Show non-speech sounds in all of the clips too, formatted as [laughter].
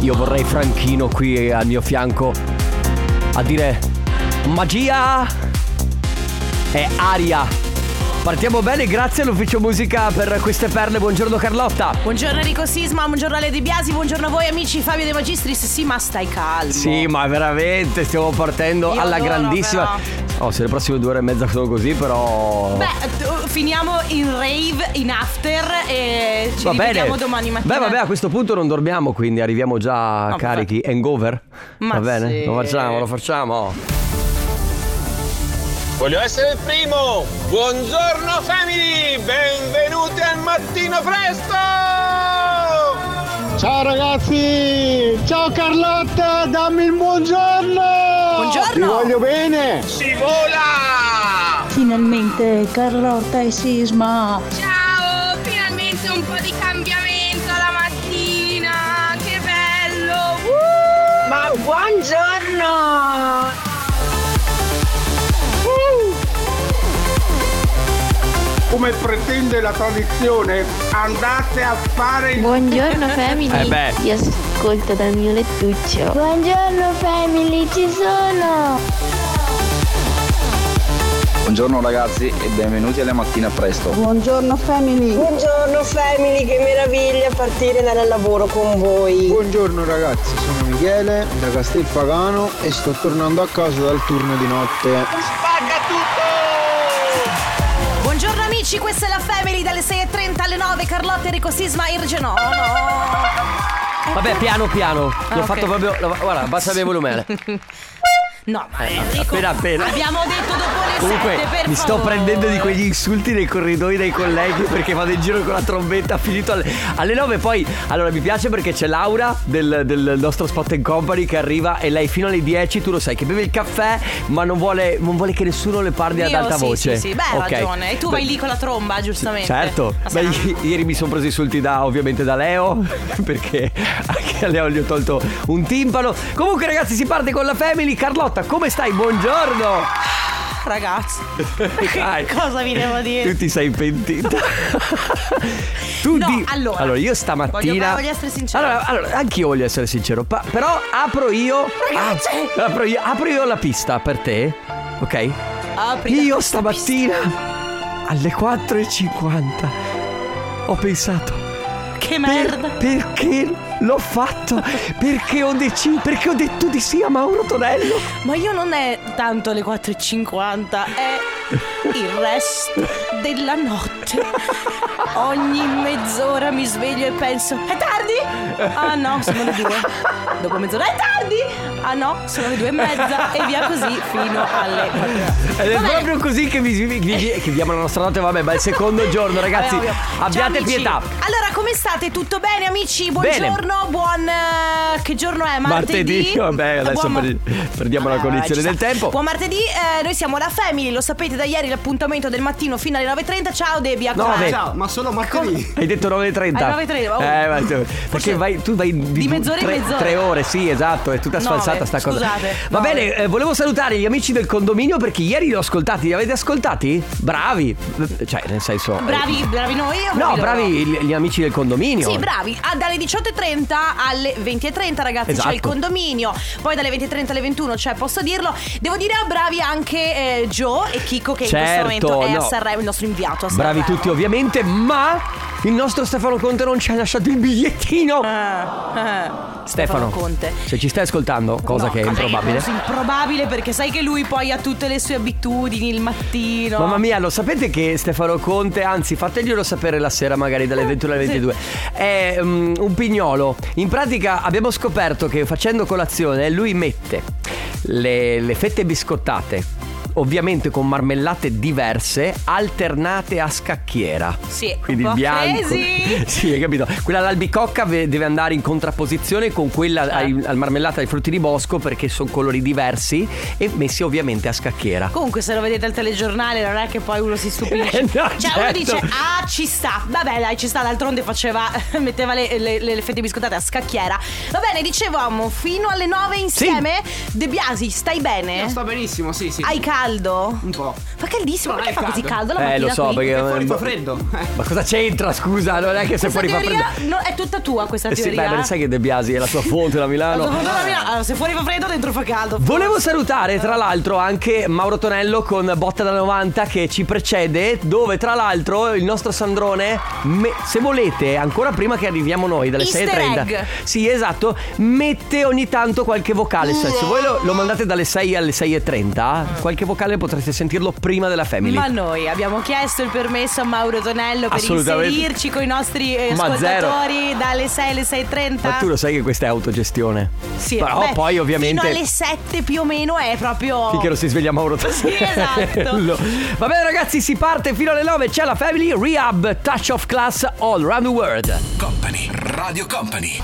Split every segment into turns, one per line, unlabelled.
Io vorrei Franchino qui al mio fianco a dire magia e aria. Partiamo bene, grazie all'ufficio musica per queste perle. Buongiorno Carlotta.
Buongiorno Enrico Sisma, buongiorno Ale De Biasi, buongiorno a voi amici Fabio De Magistris. Sì, ma stai calmo.
Sì, ma veramente stiamo partendo
Io
alla
adoro,
grandissima. Oh, se le prossime due ore e mezza sono così, però.
Beh, t- oh, finiamo in rave, in after e ci
Va
rivediamo
bene.
domani mattina.
Beh, vabbè, a questo punto non dormiamo, quindi arriviamo già
No,
carichi. Hangover?
Ma
Va bene?
sì.
Lo facciamo, lo facciamo.
Voglio essere il primo! Buongiorno family! Benvenuti al mattino presto!
Ciao ragazzi! Ciao Carlotta, dammi il buongiorno!
Buongiorno.
Ti voglio bene!
Si vola!
Finalmente Carlotta e Sisma.
Ciao, finalmente un po' di cambiamento la mattina, che bello! Ma buongiorno!
Come pretende la tradizione, andate a fare il
Buongiorno family,
Eh beh.
ti ascolto dal mio lettuccio.
Buongiorno family, ci sono!
Buongiorno ragazzi e benvenuti alla mattina presto.
Buongiorno family.
Buongiorno family, che meraviglia partire dal lavoro con voi!
Buongiorno ragazzi, sono Michele da Castelpagano e sto tornando a casa dal turno di notte.
Spacca tutto!
Buongiorno amici, questa è la Family dalle 6.30 alle 9. Carlotta Enrico Sisma, Irge no,
Vabbè, piano piano. L'ho
Ah, ok.
fatto proprio. lo- Guarda, basta il volume.
No, ma
Eh,
Enrico,
appena appena.
Abbiamo detto dopo le
Comunque,
7 per
mi sto
favore.
prendendo di quegli insulti nei corridoi dei colleghi perché vado in giro con la trombetta. Finito alle, alle 9. Poi, allora mi piace perché c'è Laura del, del nostro Spot and Company che arriva e lei fino alle 10. Tu lo sai che beve il caffè, ma non vuole, non vuole che nessuno le parli ad
Io,
alta
sì,
voce.
Sì, sì, beh, hai
Ok.
ragione. E tu vai lì con la tromba, giustamente.
Certo, beh,
Ma sei una-
i- ieri mi sono preso insulti da ovviamente da Leo [laughs] perché anche a Leo gli ho tolto un timpano. Comunque ragazzi si parte con la family. Carlotta, come stai? Buongiorno.
[laughs]
[laughs]
Ragazzi,
Dai.
cosa vi devo dire?
Tu ti sei
[laughs]
pentita. tu
No,
di-
allora,
io stamattina
voglio- voglio essere sincera.
Allora, allora anch'io voglio essere sincero, pa- però apro io
Ragazzi!
Ah, apro io apro io la pista per te. Ok?
Apri la
io
pista,
stamattina alle 4:50 ho pensato
Che
Per-
merda.
perché l'ho fatto? perché ho deciso? Perché ho detto di sì a Mauro Tonello?
Ma io non è tanto le 4.50, è il resto
[laughs]
della notte. Ogni mezz'ora mi sveglio e penso, è tardi? Ah no, sono le due. Dopo mezz'ora è tardi? Ah no, sono le due e mezza e via così fino alle 4.
Ed è
Vabbè.
proprio così che vi, vi, vi- che diamo la nostra notte, vabbè, ma è il secondo giorno, ragazzi.
Vabbè, ovvio. Ciao,
abbiate
amici.
pietà.
Allora, come state? Tutto bene, amici?
Bene.
Buongiorno, buon. eh, Che giorno è? Martedì.
Martedì, vabbè, adesso
Buon ma-
per- perdiamo la
Vabbè,
cognizione
ci sta.
del tempo.
Buon martedì, eh, noi siamo la Family, lo sapete da ieri l'appuntamento del mattino fino alle 9.30. Ciao Debbia,
No, vabbè.
Ciao, ma solo martedì!
Hai detto 9.30.
Alle 9:30, oh.
Eh, ma- perché
Forse-
vai, tu vai di,
Di mezz'ora in
tre,
mezz'ora.
tre ore, sì, esatto, è tutta
Nove,
sfalsata sta cosa.
scusate,
Va
nove.
bene, eh, volevo salutare gli amici del condominio perché ieri li ho ascoltati, li avete ascoltati? Bravi. Cioè, nel senso eh,
Bravi, bravi noi o
No,
loro?
bravi gli, gli amici del condominio.
Sì, bravi. Ah, dalle 18.30 alle 20.30, ragazzi,
Esatto.
c'è il condominio. Poi dalle 20.30 alle 21, cioè, posso dirlo. Devo dire a bravi anche eh, Joe e Chico, che
Certo,
in questo momento è
no.
a Sanremo, il nostro inviato a Sanremo.
Bravi tutti ovviamente, ma il nostro Stefano Conte non ci ha lasciato il bigliettino.
Ah, ah.
Stefano,
Conte.
se ci stai ascoltando, cosa
No,
che è
vabbè,
improbabile.
cosa improbabile perché sai che lui poi ha tutte le sue abitudini il mattino.
Mamma mia, lo sapete che Stefano Conte, anzi fateglielo sapere la sera magari
Eh,
dalle 21 alle 22, è mm, un pignolo. In pratica abbiamo scoperto che facendo colazione lui mette le, le fette biscottate, ovviamente con marmellate diverse, alternate a scacchiera.
Sì,
Quindi
un
il
po'
bianco.
crazy.
[laughs] Sì, hai capito. Quella all'albicocca ve- deve andare in contrapposizione con quella ai- al marmellata ai frutti di bosco perché sono colori diversi e messi ovviamente a scacchiera.
Comunque se lo vedete al telegiornale non è che poi uno si stupisce.
Eh, [laughs] no,
cioè uno
certo.
dice ah ci sta. Vabbè dai ci sta, d'altronde faceva [laughs] metteva le, le- le fette biscottate a scacchiera. Va bene, dicevamo fino alle 9 insieme. De Biasi, stai bene?
benissimo, sì, sì.
Hai caldo?
Un po'.
Fa caldissimo, perché
è
fa così caldo
caldo.
la mattina
eh, lo so
qui?
perché.
È fuori fa freddo.
Eh, Ma cosa c'entra, scusa? Non è che se
Questa
fuori fa
teoria
freddo.
no, è tutta tua questa
Eh Sì,
teoria.
beh, ma sai che De Biasi è la sua fonte da Milano.
Allora, guarda la mia- allora, se fuori fa freddo, dentro fa caldo.
Volevo salutare tra l'altro anche Mauro Tonello con Botta da 90 che ci precede, dove tra l'altro il nostro Sandrone, me- se volete, ancora prima che arriviamo noi dalle
Easter
6.30,
egg.
sì esatto, mette ogni tanto qualche vocale. Se se voi lo, lo mandate dalle 6 alle 6.30, qualche vocale potrete sentirlo prima della family.
Ma noi abbiamo chiesto il permesso a Mauro Tonello per
Assolutamente.
inserirci con i nostri eh,
Ma zero.
ascoltatori dalle 6 alle 6.30.
Ma tu lo sai che questa è autogestione.
Sì,
Però
beh,
poi ovviamente...
Fino alle 7 più o meno è proprio.
Finché non si sveglia Mauro [laughs] Tassello.
esatto.
Va bene ragazzi, si parte fino alle 9, c'è la Family Rehab Touch of Class All Round the World.
Company, Radio Company.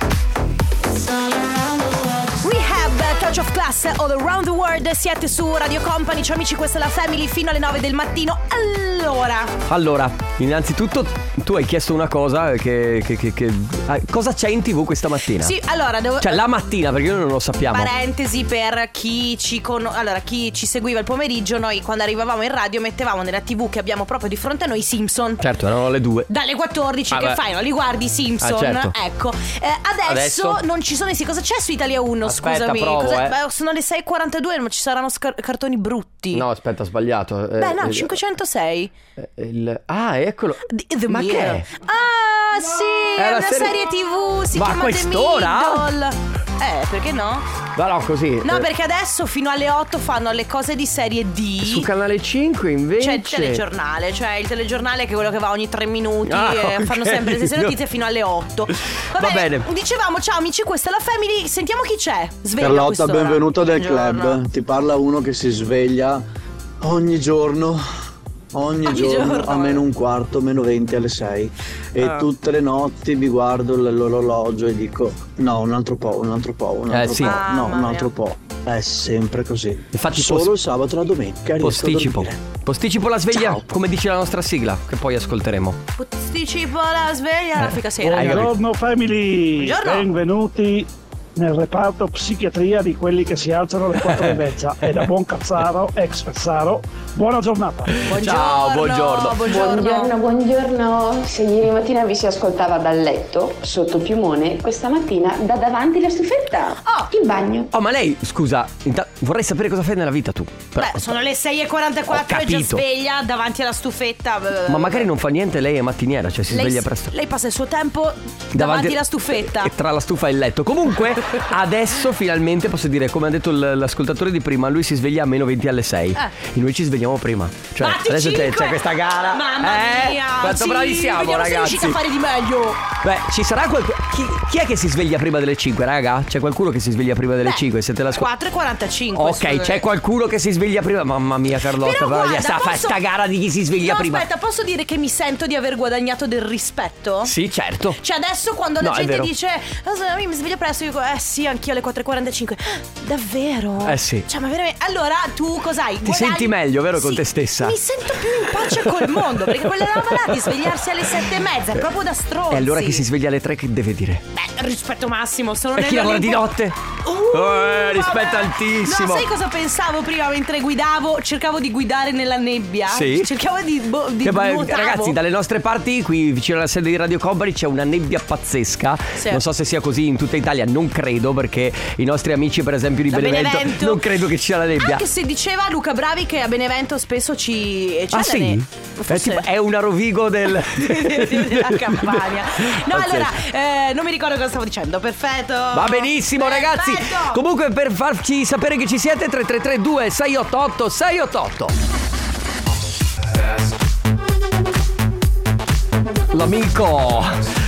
Rehab, Touch of Class, All Around the World. Siete su Radio Company. Ciao amici, questa è la Family fino alle 9 del mattino. Allora,
Allora, innanzitutto tu hai chiesto una cosa che, che- che- che- ah, cosa c'è in TV questa mattina?
sì, allora devo.
Cioè la mattina perché noi non lo sappiamo.
Parentesi per chi ci, con- allora, chi ci seguiva il pomeriggio, noi quando arrivavamo in radio mettevamo nella tv che abbiamo proprio di fronte a noi i Simpson.
Certo, erano le due.
Dalle 14
Ah,
che
beh.
fai? Non li guardi i Simpson?
Ah, certo.
Ecco. Eh, adesso,
Adesso?
non ci sono. Sì, cosa c'è su Italia 1?
Aspetta,
scusami.
provo,
Cos'è?
eh.
Beh, sono le 6.42, ma ci saranno scar- cartoni brutti.
aspetta, ho sbagliato. Eh,
Beh, no, 506.
ah, eccolo.
The, The Mirror. Ah, sì,
È
è
la
una
serie-
serie... TV. Si
Ma a
chiama The
quest'ora?
Middle. Eh, perché no?
Ma no, così.
No,
eh,
perché adesso fino alle 8 fanno le cose di serie D.
Su canale 5 invece.
C'è Cioè, il telegiornale, cioè il telegiornale che è quello che va ogni tre minuti
Ah,
e
ok.
fanno sempre le
[laughs]
stesse
No.
notizie fino alle 8. Va,
Va
bene.
bene.
Dicevamo, ciao amici, questa è la Family, sentiamo chi c'è. Sveglia a
Carlotta,
quest'ora.
benvenuta del
Buongiorno.
club. Ti parla uno che si sveglia ogni giorno. Ogni,
Ogni
giorno,
giorno.
a meno un quarto, meno 20 alle 6 e
Ah.
tutte le notti mi guardo l- l'orologio e dico no un altro po', un altro po', un
Eh,
altro
sì.
po',
Mamma
no un
mia.
altro po'. È sempre così.
Infatti
Solo
pos-
il sabato e la domenica. riesco a
Posticipo.
dormire.
Posticipo la sveglia,
Ciao.
come dice la nostra sigla, che poi ascolteremo.
Posticipo la sveglia, la fica sera.
Hai Eh, capito?
Buongiorno family,
Buongiorno.
benvenuti nel reparto psichiatria di quelli che si alzano alle
[laughs]
4 e mezza e da buon cazzaro, ex cazzaro, buona giornata.
Ciao, buongiorno.
Buongiorno.
buongiorno. Se ieri mattina vi si ascoltava dal letto, sotto piumone, questa mattina da davanti la stufetta.
Oh.
In bagno.
Oh, ma lei, scusa, inta- vorrei sapere cosa fai nella vita tu. Però-
Beh, sono le
Ho
6.44 e già
capito.
sveglia davanti alla stufetta.
Ma magari non fa niente, lei è mattiniera, cioè si
lei,
sveglia presto. Eh,
lei passa il suo tempo davanti alla stufetta.
E tra la stufa e il letto.
[laughs]
Comunque, adesso finalmente posso dire, come ha detto l- l'ascoltatore di prima, lui si sveglia a meno 20 alle 6.
Eh.
E noi ci svegliamo prima. Cioè,
Batti
adesso c'è,
cinque!
c'è questa gara.
Mamma
eh?
mia!
Quanto
sì,
bravi siamo,
vediamo se
ragazzi.
riuscite a fare di meglio.
Beh, ci sarà qualcuno. Chi, chi è che si sveglia prima delle 5, raga? C'è qualcuno che si sveglia prima delle
Beh,
5? Siete la squadra.
4.45.
Ok, c'è qualcuno che si sveglia prima. Mamma mia, Carlotta,
Però
guarda,
guarda,
sta, fa
posso-
sta gara di chi si sveglia
no,
prima.
aspetta, posso dire che mi sento di aver guadagnato del rispetto?
Sì, certo.
Cioè adesso quando la
No, è
gente
vero.
dice "Ah, sì, mi sveglio presto, io dico eh sì, anch'io alle 4.45. Davvero?
Eh, sì.
Cioè ma veramente... Allora tu cos'hai? Ti
senti meglio, vero, con te stessa?
Mi sento più in pace col mondo perché quella roba là di svegliarsi alle 7.30 è proprio da stronzi.
E allora chi si sveglia alle 3 che deve dire?
Beh, rispetto massimo, sono
E
nel
chi lavora di notte? Eh, rispetto
Uh, vabbè.
altissimo.
No, sai cosa pensavo prima mentre guidavo? Cercavo di guidare nella nebbia.
Sì.
Cercavo di, boh, di
Che poi,
nuotavo.
ragazzi, dalle nostre parti, qui vicino alla sede di Radio Company, c'è una nebbia pazzesca.
Sì.
Non so se sia così in tutta Italia, non credo, perché i nostri amici, per esempio, di
Da
Benevento,
Benevento.
non credo che ci sia la nebbia.
Anche se diceva Luca Bravi che a Benevento spesso ci c'è
ah,
la
sì?
ne-
È,
forse-
tipo-
[laughs]
eh. è una rovigo del.
della
[laughs]
campagna. No,
Pazzesco.
allora, eh, non mi ricordo cosa stavo dicendo. Perfetto.
Va benissimo ragazzi
Perfetto.
Comunque per farci sapere che ci siete 3332 688 688 L'amico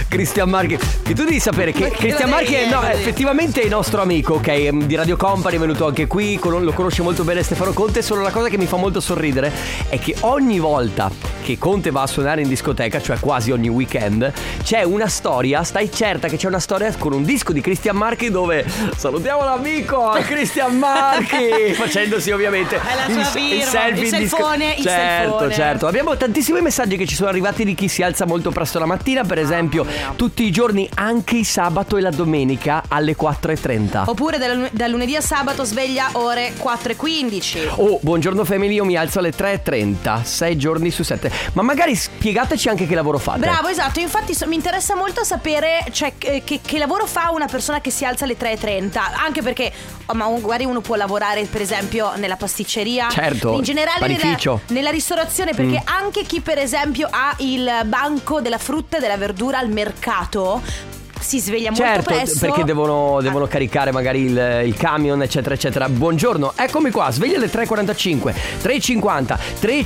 Cristian Marchi Che tu devi sapere che
Perché
Cristian
lo devi
Marchi è, no,
chiedere?
effettivamente è il nostro amico Ok ehm, di Radio Company è venuto anche qui con- Lo conosce molto bene Stefano Conte Solo la cosa che mi fa molto sorridere È che ogni volta che che Conte va a suonare in discoteca, cioè quasi ogni weekend, c'è una storia, stai certa che c'è una storia con un disco di Cristian Marchi dove salutiamo l'amico Cristian
[laughs]
Marchi, facendosi ovviamente
la sua
il,
firma,
selfie
il
in disco-
selfone, il
certo,
selfone.
certo. Abbiamo tantissimi messaggi che ci sono arrivati di chi si alza molto presto la mattina, per esempio, tutti i giorni, anche il sabato e la domenica alle 4.30.
Oppure dal, lun- dal lunedì a sabato sveglia ore 4 e 15.
Oh, buongiorno family, io mi alzo alle 3.30, 6 giorni su 7. Ma magari spiegateci anche che lavoro fate.
Bravo, esatto. Infatti so- mi interessa molto sapere cioè, che, che- che lavoro fa una persona che si alza alle 3.30. Anche perché oh, ma magari uno può lavorare, per esempio, nella pasticceria.
Certo,
In generale nella,
panificio. Mm.
nella ristorazione. Perché anche chi, per esempio, ha il banco della frutta e della verdura al mercato. Si sveglia
Certo,
molto presto.
perché devono, devono caricare magari il, il camion, eccetera, eccetera. Buongiorno, eccomi qua, sveglia alle 3.45, 3.50,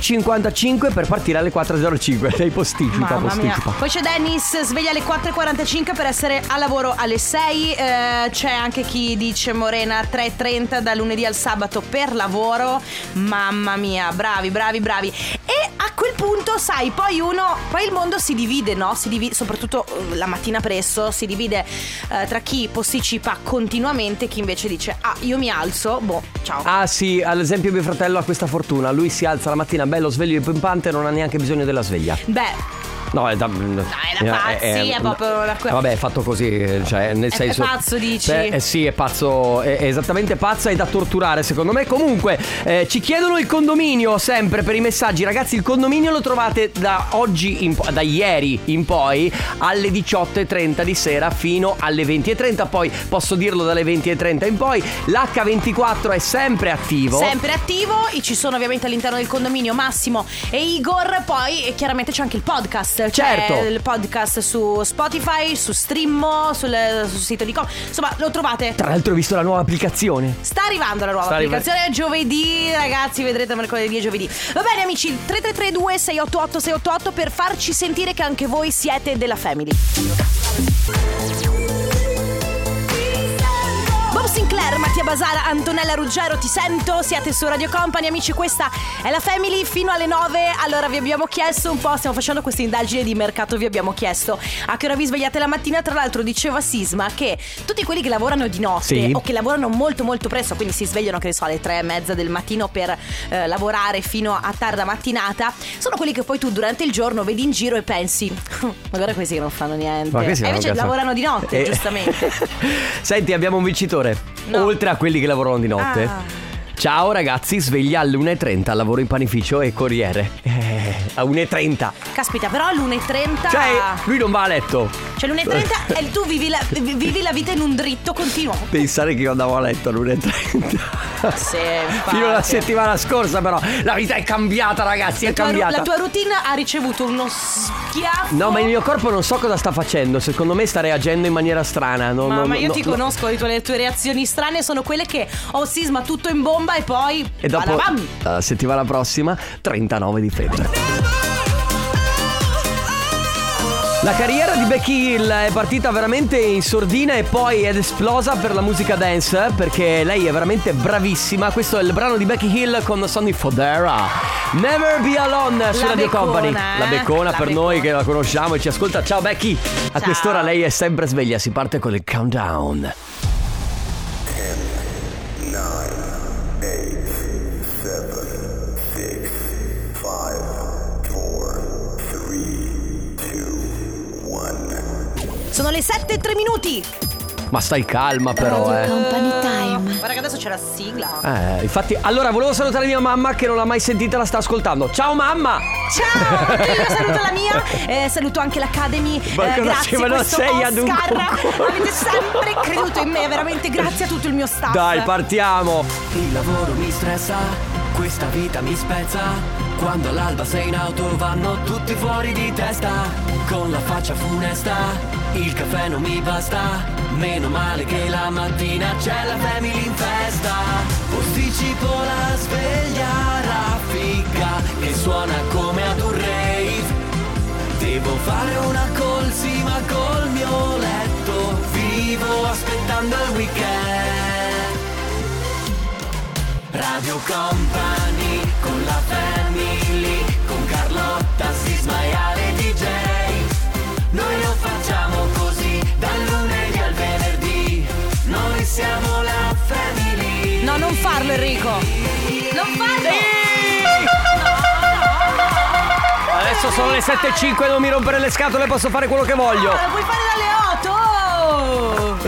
3.55 per partire alle 4.05. Lei posticipa,
Mamma mia.
posticipa.
Poi c'è Dennis, sveglia alle 4.45 per essere al lavoro alle 6. Eh, c'è anche chi dice Morena 3.30 da lunedì al sabato per lavoro. Mamma mia, bravi, bravi, bravi. E a quel punto, sai, poi uno, poi il mondo si divide, no? Si divide, soprattutto eh, la mattina presto, si divide eh, tra chi posticipa continuamente e chi invece dice, ah, io mi alzo, boh, ciao.
Ah sì, ad esempio mio fratello ha questa fortuna, lui si alza la mattina bello sveglio e pimpante non ha neanche bisogno della sveglia.
Beh,
No, è da... mm, eh, Dai,
la pazzi, è proprio una que-
eh, Vabbè, è fatto così, cioè, nel
È- è
senso...
pazzo, dici?
Beh, eh sì, è pazzo, è, è esattamente pazza e da torturare, secondo me. Comunque, eh, ci chiedono il condominio sempre per i messaggi. Ragazzi, il condominio lo trovate da oggi, in po- da ieri in poi, alle 18.30 di sera fino alle 20.30. Poi, posso dirlo dalle 20.30 in poi, l'H24 è sempre attivo.
Sempre attivo, e ci sono ovviamente all'interno del condominio Massimo e Igor, poi e chiaramente c'è anche il podcast. C'è
Certo.
il podcast su Spotify, su Streammo, sul, sul sito di Com. Insomma, lo trovate.
Tra l'altro ho visto la nuova applicazione.
Sta arrivando la nuova
Sta arrivando.
applicazione giovedì, ragazzi, vedrete mercoledì e giovedì. Va bene amici, 3332 688 688 per farci sentire che anche voi siete della family. Bob Sinclair, Mattia Basara, Antonella Ruggero, ti sento, siete su Radio Company, amici, questa è la Family fino alle 9. Allora vi abbiamo chiesto un po', stiamo facendo questa indagine di mercato, vi abbiamo chiesto a che ora vi svegliate la mattina, tra l'altro diceva Sisma che tutti quelli che lavorano di notte
Sì.
o che lavorano molto molto presto, quindi si svegliano che ne so alle tre e mezza del mattino per eh, lavorare fino a tarda mattinata, sono quelli che poi tu durante il giorno vedi in giro e pensi, [laughs] ma guarda questi che non fanno niente,
Ma
Eh, e
questi
invece
non cazzano.
lavorano di notte,
Eh. [laughs]
giustamente.
Senti, abbiamo un vincitore.
No.
Oltre a quelli che lavorano di notte.
Ah.
Ciao ragazzi, sveglia alle 1.30, lavoro in panificio e corriere. Eh, a 1.30.
Caspita, però all'1.30.
Cioè, lui non va a letto.
Cioè
[laughs]
l'1.30 e tu vivi la, vi- vivi la vita in un dritto continuo.
Pensare che io andavo a letto alle 1.30.
Sì, infatti.
Fino alla settimana scorsa però. La vita è cambiata ragazzi, è
La tua-
cambiata.
La tua routine ha ricevuto uno schiaffo.
No, ma il mio corpo non so cosa sta facendo. Secondo me sta reagendo in maniera strana. No,
Mamma,
no, no,
io
no,
ti
no.
conosco, le tue, le tue reazioni strane sono quelle che oh sisma tutto in bomba e poi
E dopo,
badabam.
la settimana prossima, 39 di febbre. La carriera di Becky Hill è partita veramente in sordina e poi è esplosa per la musica dance eh, perché lei è veramente bravissima. Questo è il brano di Becky Hill con Sonny Fodera. Never be alone su
La
Radio
beccona,
Company.
eh?
La beccona
La
per noi
beccona.
che la conosciamo e ci ascolta. Ciao Becky. A
Ciao.
quest'ora lei è sempre sveglia, si parte con il countdown.
Sono le 7 e 3 minuti.
Ma stai calma però, eh.
Guarda che adesso c'è la sigla.
Eh, infatti, allora volevo salutare mia mamma che non l'ha mai sentita, la sta ascoltando. Ciao mamma!
Ciao, anche io saluto la mia, eh, saluto anche l'Academy. Eh,
Ma cosa ci
grazie a
vanno
questo
sei ad un
Oscar.
concorso?
Avete sempre creduto in me, veramente grazie a tutto il mio staff.
Dai, partiamo!
Il lavoro mi stressa, questa vita mi spezza. Quando all'alba sei in auto vanno tutti fuori di testa. Con la faccia funesta, il caffè non mi basta. Meno [laughs] male che la mattina c'è la family in festa. Posticipo la sveglia raffica che suona come ad un rave. Devo fare una colsima col mio letto. Vivo aspettando il weekend. Radio Company con la family, con Carla Carlotta, Sisma e Ale DJ. Noi lo facciamo così, dal lunedì al venerdì. Noi siamo la family.
No, non farlo Enrico. Non farlo.
Adesso sono le 7.05, non mi rompere le scatole, posso fare quello che voglio.
[laughs]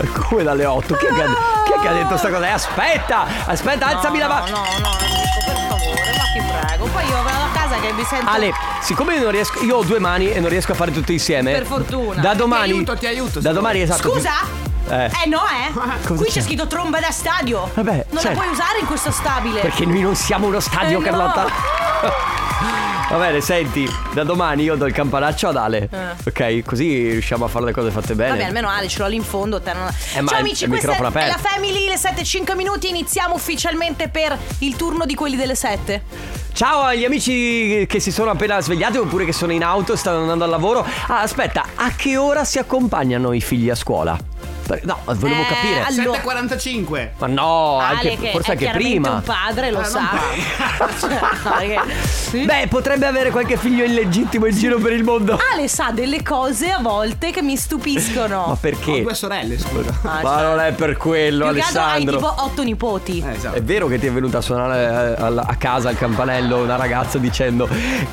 Eh, Puoi fare la Leoto.
Come dalle 8? Chi è che ha, chi è che ha detto sta cosa? Eh, aspetta, aspetta, alzami la mano.
No, no, Enrico, per favore, ma ti prego. Poi io vado a casa che mi sento...
Ale, siccome io non riesco, io ho due mani e non riesco a fare tutto insieme.
Per fortuna.
Da domani.
Ti aiuto,
ti aiuto. Da domani, esatto.
Scusa?
Eh.
Eh no, eh.
Cosa
Qui
c'è?
c'è scritto tromba da stadio.
Vabbè,
Non
certo.
la puoi usare in questo stabile.
Perché noi non siamo uno stadio,
Eh, no.
Carlotta. [laughs] Va bene, senti, da domani io do il campanaccio ad Ale.
Eh.
Ok, così riusciamo a fare le cose fatte bene.
Vabbè, almeno Ale ce l'ho lì in fondo. te non-
Eh. ma
Ciao
il-
amici,
il
questa è
microfono
è la
aperto.
Family, le 7-5 minuti. Iniziamo ufficialmente per il turno di quelli delle 7.
Ciao agli amici che si sono appena svegliati oppure che sono in auto e stanno andando al lavoro. Ah, aspetta, a che ora si accompagnano i figli a scuola? Per- No, volevo
Eh,
capire.
allora-
7.45
Ma no,
Ale,
anche,
che
forse
è
anche
chiaramente
prima.
un padre, lo sa. [laughs] No, perché-
Beh, potrebbe avere qualche figlio illegittimo in giro per il mondo.
Ale sa delle cose a volte che mi stupiscono.
Ma perché?
sorelle, scusa.
Ah,
Ma non è per quello,
Più che altro hai
Alessandro.
tipo otto nipoti.
È vero che ti è venuta a suonare eh, alla- a casa al campanello una ragazza dicendo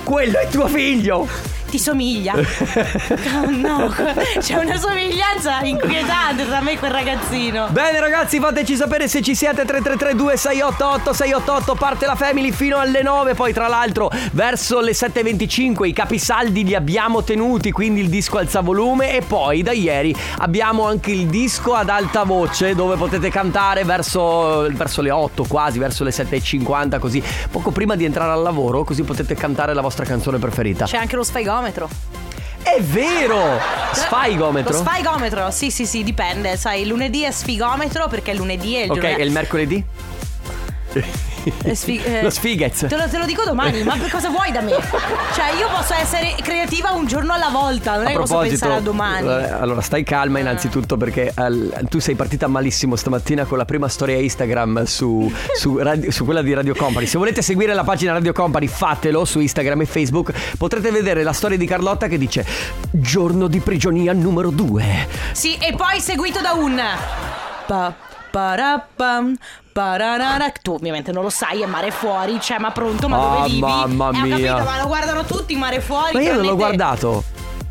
Quello è tuo figlio!
Ti somiglia.
[laughs]
Oh, no, c'è una somiglianza inquietante tra me e quel ragazzino.
Bene ragazzi fateci sapere se ci siete 3332 688 688 Parte la family fino alle 9 Poi tra l'altro verso le 7.25 I capisaldi li abbiamo tenuti Quindi il disco alza volume E poi da ieri abbiamo anche il disco ad alta voce Dove potete cantare verso, verso le 8 quasi Verso le 7.50 così Poco prima di entrare al lavoro Così potete cantare la vostra canzone preferita
C'è anche lo sfaigometro.
È vero Sfaigometro
Lo sfaigometro, sì, sì, sì, dipende. Sai, lunedì è sfigometro perché lunedì è il
Ok
giorno.
e il mercoledì?
è sfi- eh,
Lo sfighez
Te lo, te lo dico domani, ma per cosa vuoi da me? Cioè, io posso essere creativa un giorno alla volta, non è
A
che posso
proposito,
pensare a domani.
eh, allora stai calma innanzitutto perché al- tu sei partita malissimo stamattina con la prima storia Instagram su, su radio- su quella di Radio Company. Se volete seguire la pagina Radio Company fatelo su Instagram e Facebook. Potrete vedere la storia di Carlotta che dice giorno di prigionia numero 2.
Sì, e poi seguito da un pa parapam pararara. Tu ovviamente non lo sai, è mare fuori, cioè ma pronto, ma
Ah,
dove vivi?
mamma
Eh, ho
mia.
capito, ma lo guardano tutti in mare fuori.
Ma io non l'ho
tranne te.
guardato.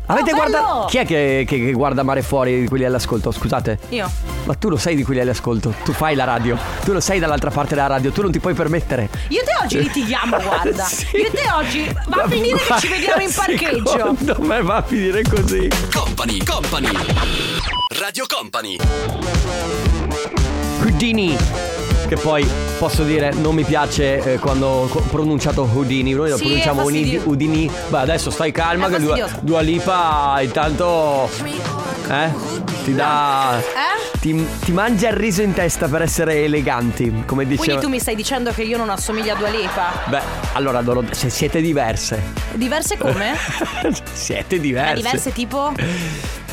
Avete
bello!
guardato? Chi è che, che- che guarda Mare Fuori di quelli all'ascolto? Scusate.
Io.
Ma tu lo sai di quelli all'ascolto. Tu fai la radio. Tu lo sai dall'altra parte della radio. Tu non ti puoi permettere.
Io e te oggi litighiamo, guarda. [laughs]
Sì.
Io e te oggi va a finire che ci vediamo in parcheggio.
Secondo me va a finire così.
Company, company. Radio Company.
Houdini. Che poi posso dire non mi piace eh, quando ho pronunciato Houdini. Noi lo
Sì,
pronunciamo
è
Unidi-
fastidioso.
Houdini. Ma adesso stai calma
È
che Dua,
fastidioso.
Dua Lipa intanto... Eh? Ti dà...
Eh?
Ti, ti mangia il riso in testa per essere eleganti, come
Quindi
diceva...
tu mi stai dicendo che io non assomiglio a Dua Lipa?
Beh, allora Doro- se siete diverse.
Diverse come?
[laughs] siete
Ma
diverse.
diverse tipo?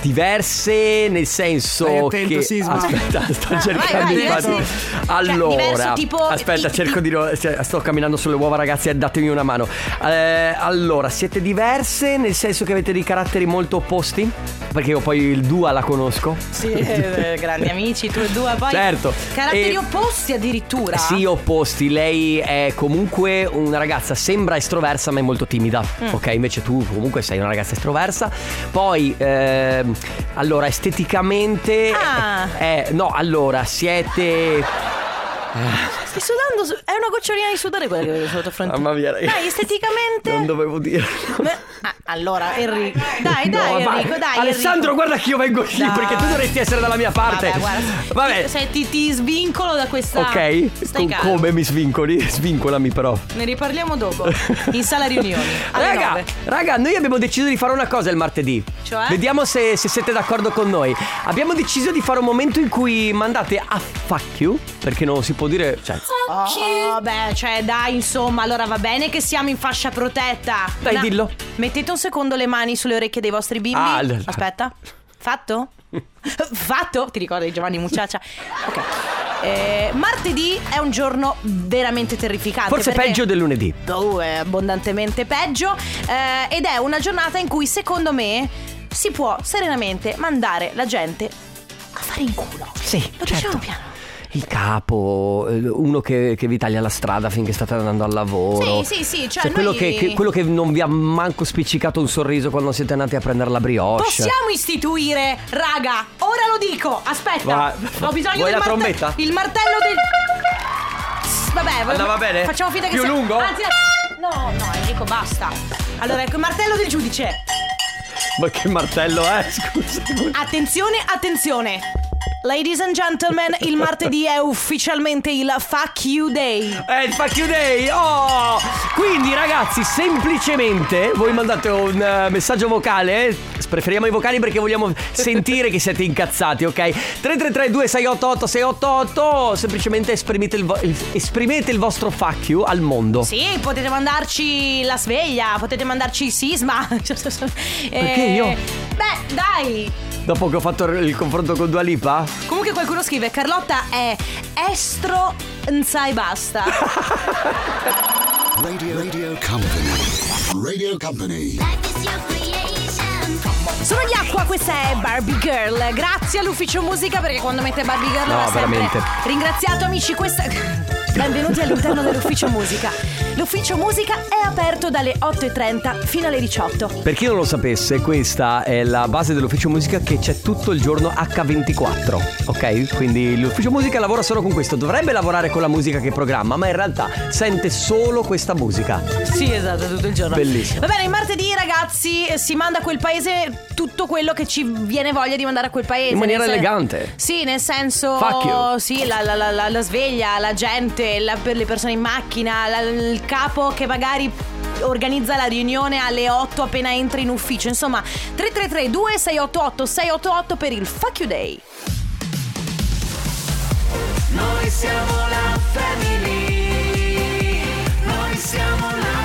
Diverse nel senso
Stai attento,
che
Sisma.
Aspetta, sto
Ah,
cercando
vai, vai,
di farlo.
diverso- cioè,
Allora,
diverso tipo-
aspetta,
ti-
cerco di no- cioè, sto camminando sulle uova ragazzi, eh, datemi una mano. Eh, allora, siete diverse nel senso che avete dei caratteri molto opposti? Perché io poi il Dua la conosco.
[laughs] Sì, eh, grandi amici, tu e due poi.
Certo.
Caratteri
E-
opposti addirittura.
Sì, opposti. Lei è comunque una ragazza, sembra estroversa, ma è molto timida.
Mm.
Ok, invece tu comunque sei una ragazza estroversa. Poi, ehm, allora, esteticamente...
Ah.
eh, no, allora, siete...
Stai sudando, su- è una gocciolina di sudore quella che vedo sotto fronte.
Mamma mia, ragazzi.
Dai, esteticamente. [laughs]
Non dovevo dire.
Beh, ah, allora, Enrico. Dai, Eh, dai,
No, vai.
Enrico, dai.
Alessandro,
Enrico.
guarda che io vengo lì
Dai.
perché tu dovresti essere dalla mia parte.
Vabbè, guarda.
Vabbè.
Ti- Se ti, ti svincolo da questa.
Ok,
Stai
Con-
calmo.
come mi svincoli? Svincolami però.
Ne riparliamo dopo. In sala riunioni.
[laughs]
Alle
Raga,
nove.
raga, noi abbiamo deciso di fare una cosa il martedì.
Cioè?
Vediamo se, se siete d'accordo con noi. Abbiamo deciso di fare un momento in cui mandate a fuck you, perché non si può dire. Cioè,
Oh, beh, cioè, dai, insomma, allora va bene che siamo in fascia protetta.
Dai, dillo.
Mettete un secondo le mani sulle orecchie dei vostri bimbi.
Ah, allora. [laughs]
Aspetta. Fatto? Fatto? Ti ricordi Giovanni Mucciaccia? Ok. Eh, martedì è un giorno veramente terrificante.
Forse
perché-
peggio del lunedì.
Oh, è abbondantemente peggio. eh, ed è una giornata in cui, secondo me, si può serenamente mandare la gente a fare in culo.
Sì,
Lo
certo.
diciamo piano.
Il capo, eh, uno che, che vi taglia la strada finché state andando al lavoro.
Sì, sì, sì, cioè noi-
quello, che, che- quello che non vi ha manco spiccicato un sorriso quando siete andati a prendere la brioche.
Possiamo istituire, raga, ora lo dico, aspetta,
Va-
ho bisogno
Vuoi
del
la
marte-
trombetta?
Il martello del... Vabbè,
Andava bene?
Facciamo finta che
Più
sia...
lungo?
Anzi, no, no, dico basta. Allora, ecco il martello del giudice.
Ma che martello è? [laughs] Scusa.
Attenzione, attenzione. Ladies and gentlemen, il martedì è ufficialmente il fuck you day.
È il fuck you day! Eh, Oh! Quindi ragazzi, semplicemente voi mandate un eh, messaggio vocale. eh, Preferiamo i vocali perché vogliamo sentire che siete incazzati, ok? 333-2688-688 Semplicemente esprimete il, vo- il- esprimete il vostro fuck you al mondo.
Sì, potete mandarci la sveglia, potete mandarci il sisma. [laughs] Perché
io?
Beh, dai.
Dopo che ho fatto il confronto con Dua Lipa,
Comunque qualcuno scrive Carlotta è estro nza e basta.
[laughs] Radio, radio company. Radio company.
Sono gli acqua, questa è Barbie Girl. Grazie all'ufficio musica perché quando mette Barbie Girl
No,
va sempre
veramente.
ringraziato amici questa [laughs] Benvenuti all'interno dell'ufficio musica. L'ufficio musica è aperto dalle 8:30 fino alle 18.
per chi non lo sapesse, questa è la base dell'ufficio musica che c'è tutto il giorno H24, ok? Quindi l'ufficio musica lavora solo con questo, dovrebbe lavorare con la musica che programma, ma in realtà sente solo questa musica.
Sì, esatto, tutto il giorno.
Bellissimo.
Va bene, il martedì ragazzi eh, si manda a quel paese tutto quello che ci viene voglia di mandare a quel paese.
In maniera
nel sen-
elegante.
Sì, nel senso...
Fuck you.
Sì, la, la- la- la- la sveglia, la gente, la- per le persone in macchina, la- il capo che magari organizza la riunione alle 8 appena entri in ufficio. Insomma, 333 2688 688 per il Fuck You Day.
Noi siamo la family. Noi siamo la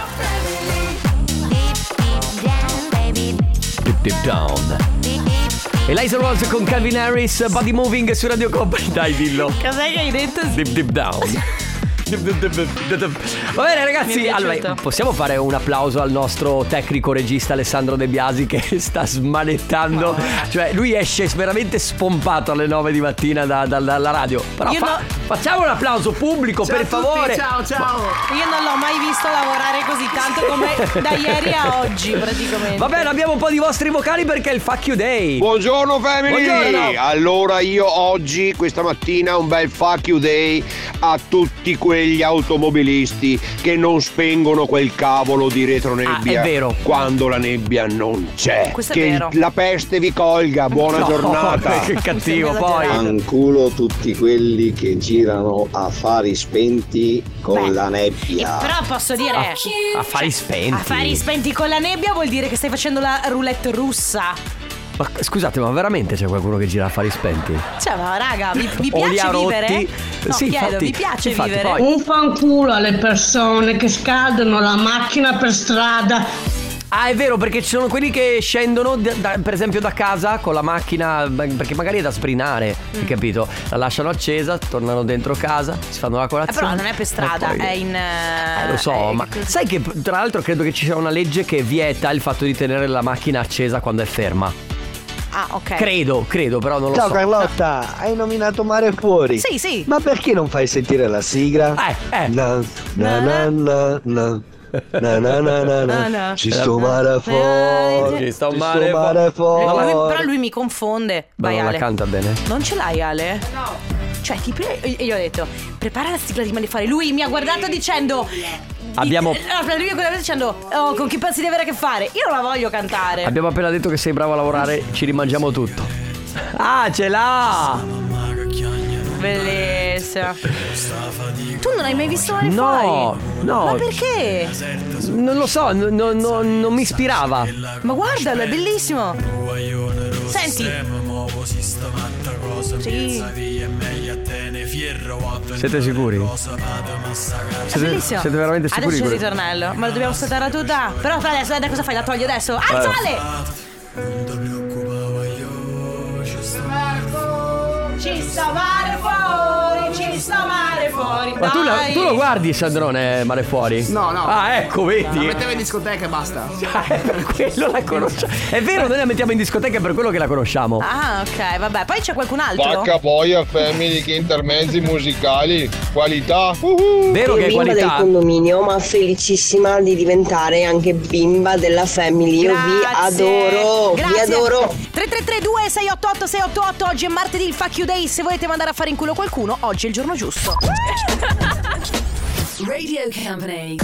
Dip Dip Down. Eliza Rose con Calvin Harris, Body Moving su Radio Company, dai dillo.
Cos'è che hai detto?
Dip Dip Down. Dip, dip, dip, dip, dip, dip. Va bene
Mi
ragazzi,
è piaciuto.
allora possiamo fare un applauso al nostro tecnico regista Alessandro De Biasi che [laughs] sta smanettando, cioè lui esce veramente spompato alle 9 di mattina da- da- dalla radio, però
Io
fa-
no-
facciamo un applauso pubblico
Ciao
per
a tutti,
favore.
ciao, Io non l'ho mai visto lavorare così tanto [laughs] come da ieri a oggi praticamente.
Va bene, abbiamo un po' di vostri vocali perché è il fuck you day.
Buongiorno family!
Buongiorno.
Allora io oggi, questa mattina, un bel fuck you day a tutti quegli automobilisti che non spengono quel cavolo di retronebbia
Ah, è vero.
quando la nebbia non c'è.
Questo è
che
vero.
la peste vi colga, buona
[laughs] No,
giornata!
che cattivo, Stiamo poi. esagerando.
Anculo tutti quelli che girano affari spenti con
Beh,
la nebbia.
Però posso dire
Affari spenti.
Eh. Affari spenti con la nebbia vuol dire che stai facendo la roulette russa.
Ma scusate, ma veramente c'è qualcuno che gira affari spenti?
Cioè, ma raga, vi, vi
[laughs] O li
piace
ha rotti? Eh,
vivere? No,
Sì,
chiedo,
infatti,
vi piace
infatti,
vivere? Eh, Uh.
poi-
Un fanculo alle persone che scaldano la macchina per strada.
Ah, è vero, perché ci sono quelli che scendono, da- da- per esempio, da casa con la macchina, ma- perché magari è da sprinare,
Mm.
hai capito? La lasciano accesa, tornano dentro casa, si fanno la
Eh, però
colazione.
non è per strada,
poi-
è in. eh,
Eh, lo so,
eh,
ma sai che tra l'altro credo che ci sia una legge che vieta il fatto di tenere la macchina accesa quando è ferma.
Ah, ok.
Credo, credo, però non lo
Ciao
so.
Carlotta, hai nominato Mare Fuori.
Sì, sì.
Ma perché non fai sentire la sigla? Eh, eh. Na, na, na, na, na. Na, na, na, na, na.
Na, na.
Ci sto mare fuori.
Ci sto
mare,
mare
fuori.
Ma
boh.
lui- però lui mi confonde.
Ma
Vai,
non la
Ale.
canta bene.
Non ce l'hai, Ale? No. Cioè, ti prego. E io ho detto, prepara la sigla di Malefare. Lui mi ha guardato dicendo.
Abbiamo-
Di- no, lui mi ha guardato dicendo, oh, con chi pensi di avere a che fare? Io non la voglio cantare.
Abbiamo appena detto che sei bravo a lavorare, ci rimangiamo tutto. Ah, ce l'ha!
Bellissima. Tu non hai mai visto Malefare?
No, no.
Ma perché?
Non lo so, no- no- no- non mi ispirava.
Ma guardalo, è bellissimo. Senti.
Siete sicuri?
È
Siete,
bellissimo.
siete veramente sicuri? di
Adesso c'è il
quello?
ritornello. Ma lo dobbiamo saltare la tuta. Però fa adesso, dai, cosa fai? La togli adesso.
Eh.
Alzale! Ci sta mare fuori, ci
Ma tu, la-
dai.
tu lo guardi Sandrone Mare Fuori?
No, no.
Ah, ecco,
La
vedi.
mettevo in discoteca e basta.
[laughs] per quello la conosciamo. È vero, noi la mettiamo in discoteca per quello che la conosciamo.
Ah, ok, vabbè. Poi c'è qualcun altro?
boia, family, che intermezzi musicali, qualità.
Vero
che bimba del condominio, ma felicissima di diventare anche bimba della family. Io vi adoro,
Grazie.
vi adoro.
3332 688 688 Oggi è martedì il fuck you day Se volete mandare a fare in culo qualcuno Oggi è il giorno giusto
Radio Company.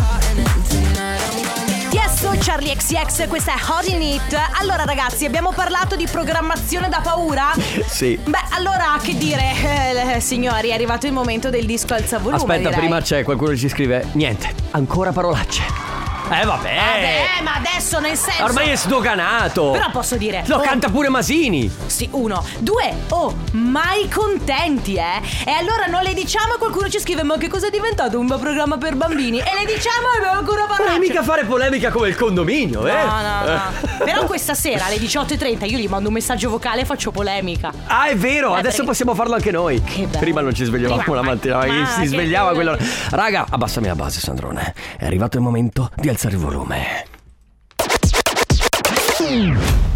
Yes, Charlie XX, questa è Hot in It Allora ragazzi, abbiamo parlato di programmazione da paura
Sì.
Beh, allora che dire eh, Signori, è arrivato il momento del disco alza volume
Aspetta,
direi.
prima c'è qualcuno che ci scrive. Niente, ancora parolacce. Eh, vabbè.
Vabbè, ma adesso nel senso
Ormai è sdoganato.
Però posso dire
Lo
oh,
canta pure Masini.
Sì, uno, due, oh, mai contenti, eh? E allora non le diciamo e qualcuno ci scrive: Ma che cosa è diventato un bel programma per bambini? E le diciamo e abbiamo ancora parlato.
Non è mica fare polemica come il condominio, eh?
No, no, no. Però questa sera alle 18.30 io gli mando un messaggio vocale e faccio polemica.
Ah, è vero,
Eh,
adesso
perché-
possiamo farlo anche noi.
bello.
Prima non ci svegliavamo
Prima-
la mattina, ma,
ma
chi si
che
svegliava
bello.
quello. Raga, abbassami la base, Sandrone. È arrivato il momento di alzare il volume.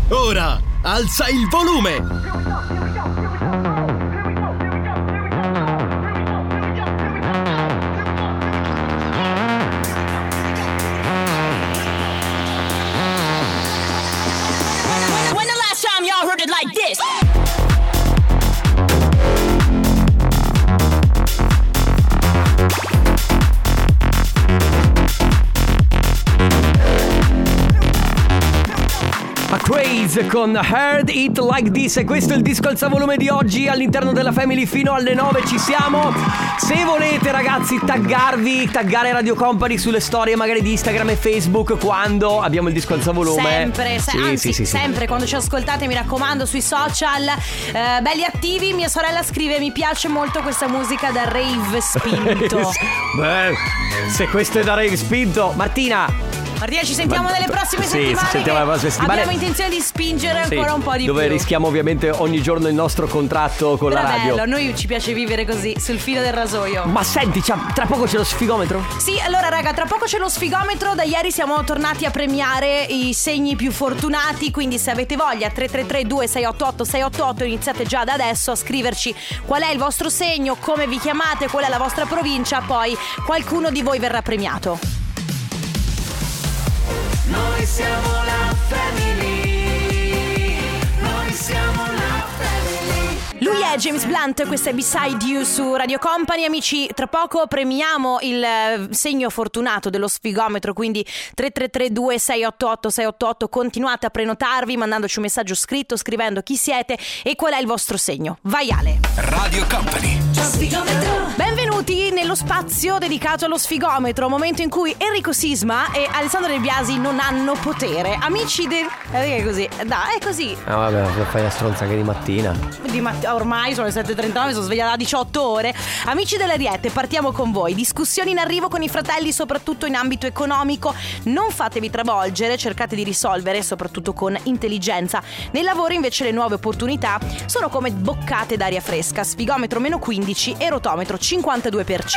Ora alza il volume.
When the last time y'all heard it like this?
A Craze con Heard It Like This e questo è il disco alzavolume di oggi all'interno della Family fino alle 9 ci siamo se volete ragazzi taggarvi taggare Radio Company sulle storie magari di Instagram e Facebook quando abbiamo il disco alzavolume
Sempre, se-
Sì,
anzi,
sì, sì, sì.
sempre quando ci ascoltate, mi raccomando, sui social, eh, belli attivi. Mia sorella scrive: Mi piace molto questa musica da
[laughs]
rave spinto.
Beh, se questo è da rave spinto Martina
Martina, ci sentiamo
Ma-
nelle prossime
sì,
settimane.
ci sentiamo
che
nelle prossime settimane.
Abbiamo intenzione di spingere
Sì,
ancora un po' di
dove
più.
rischiamo ovviamente ogni giorno il nostro contratto con
Però
la radio
bello, a noi ci piace vivere così, sul filo del rasoio.
ma senti c'ha- tra poco c'è lo sfigometro
Sì, allora raga, tra poco c'è lo sfigometro, da ieri siamo tornati a premiare i segni più fortunati, quindi se avete voglia 333 2688 688 iniziate già da adesso a scriverci qual è il vostro segno, come vi chiamate, qual è la vostra provincia, poi qualcuno di voi verrà premiato.
Noi siamo la family. Noi siamo la family.
Lui è James Blunt, questo è Beside You su Radio Company. Amici, tra poco premiamo il eh, segno fortunato dello sfigometro, quindi 3332 688 688. Continuate a prenotarvi mandandoci un messaggio scritto, scrivendo chi siete e qual è il vostro segno. Vai Ale!
Radio Company.
Benvenuti nello spazio dedicato allo sfigometro, momento in cui Enrico Sisma e Alessandro De Biasi non hanno potere. Amici del... eh, È così, dai, è così.
ah vabbè fai la stronza che di mattina
Di matt- ormai sono le 7.39, sono svegliata da 18 ore. Amici dell'Ariete, partiamo con voi. Discussioni in arrivo con i fratelli, soprattutto in ambito economico. Non fatevi travolgere, cercate di risolvere, soprattutto con intelligenza. Nel lavoro, invece, le nuove opportunità sono come boccate d'aria fresca: sfigometro meno 15 e rotometro 52%.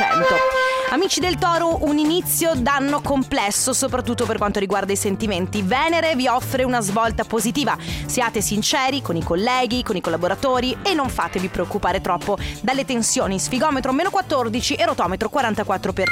Amici del Toro, un inizio d'anno complesso, soprattutto per quanto riguarda i sentimenti. Venere vi offre una svolta positiva. Siate sinceri con i colleghi, con i collaboratori e non fatevi preoccupare troppo dalle tensioni. Sfigometro meno 14 e rotometro 44%.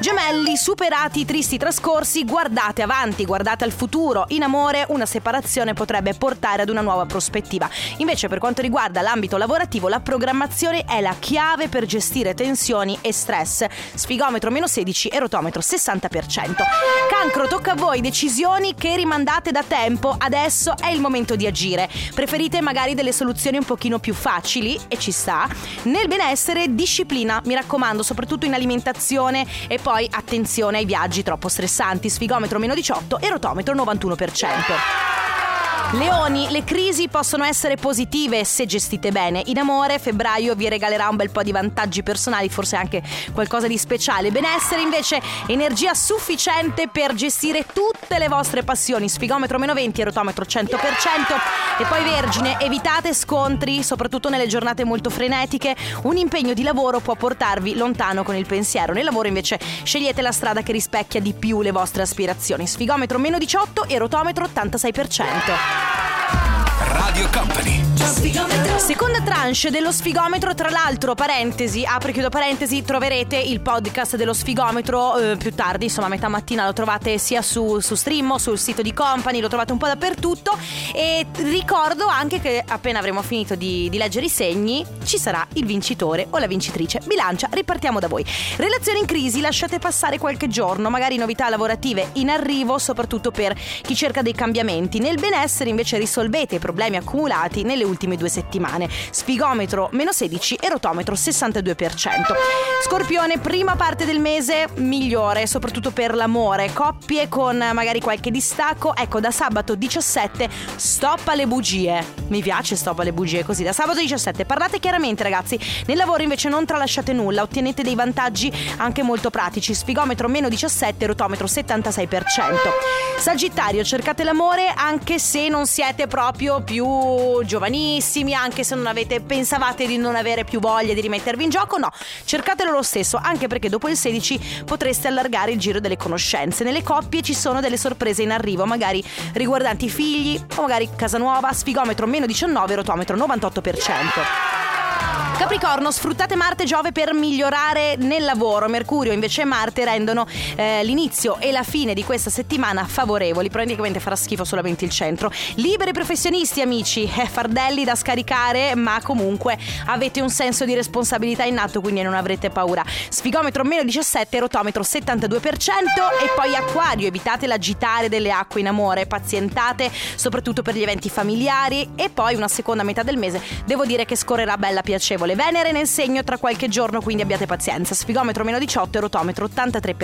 Gemelli, superati i tristi trascorsi, guardate avanti, guardate al futuro. In amore, una separazione potrebbe portare ad una nuova prospettiva. Invece, per quanto riguarda l'ambito lavorativo, la programmazione è la chiave per gestire tensioni e stress. Sfigometro meno 16 e rotometro 60%. Cancro, tocca a voi. Decisioni che rimandate da tempo, adesso è il momento di agire. Preferite magari delle soluzioni un pochino più facili, e ci sta. Nel benessere, disciplina, mi raccomando, soprattutto in alimentazione. E poi attenzione ai viaggi troppo stressanti. Sfigometro meno 18 e rotometro 91%. Leoni, le crisi possono essere positive se gestite bene. In amore, febbraio vi regalerà un bel po' di vantaggi personali, forse anche qualcosa di speciale. Benessere, invece, energia sufficiente per gestire tutte le vostre passioni. Sfigometro meno 20 e rotometro 100%. E poi Vergine, evitate scontri, soprattutto nelle giornate molto frenetiche. Un impegno di lavoro può portarvi lontano con il pensiero. Nel lavoro, invece, scegliete la strada che rispecchia di più le vostre aspirazioni. Sfigometro meno 18 e rotometro 86%.
Radio Company.
Seconda tranche dello sfigometro, tra l'altro, parentesi, apro e chiudo parentesi, troverete il podcast dello sfigometro eh, più tardi, insomma a metà mattina lo trovate sia su, su Stream, sul sito di Company, lo trovate un po' dappertutto e t- ricordo anche che appena avremo finito di, di leggere i segni ci sarà il vincitore o la vincitrice. Bilancia, ripartiamo da voi. Relazioni in crisi, lasciate passare qualche giorno, magari novità lavorative in arrivo, soprattutto per chi cerca dei cambiamenti. Nel benessere invece risolvete i problemi accumulati nelle ultime due settimane. Sfigometro meno 16 e rotometro 62%. Scorpione, prima parte del mese migliore, soprattutto per l'amore. Coppie con eh, magari qualche distacco. Ecco, da sabato 17 stop alle bugie. Mi piace stop alle bugie così. Da sabato 17 parlate chiaramente ragazzi. Nel lavoro invece non tralasciate nulla, ottenete dei vantaggi anche molto pratici. Sfigometro meno 17, rotometro 76%. Sagittario, cercate l'amore anche se non siete proprio più giovanissimi, anche se non avete, pensavate di non avere più voglia di rimettervi in gioco, no, cercatelo lo stesso, anche perché dopo il 16 potreste allargare il giro delle conoscenze. Nelle coppie ci sono delle sorprese in arrivo, magari riguardanti i figli o magari casa nuova, sfigometro meno 19, rotometro 98%. Capricorno, sfruttate Marte e Giove per migliorare nel lavoro. Mercurio invece e Marte rendono eh, l'inizio e la fine di questa settimana favorevoli. Praticamente farà schifo solamente il centro. Liberi professionisti, amici, eh, fardelli da scaricare, ma comunque avete un senso di responsabilità innato, quindi non avrete paura. Sfigometro meno 17, rotometro 72%. E poi Acquario, evitate l'agitare delle acque in amore, pazientate, soprattutto per gli eventi familiari. E poi una seconda metà del mese, devo dire che scorrerà bella piacevole. Venere nel segno tra qualche giorno, quindi abbiate pazienza. Sfigometro meno 18 e rotometro 83%.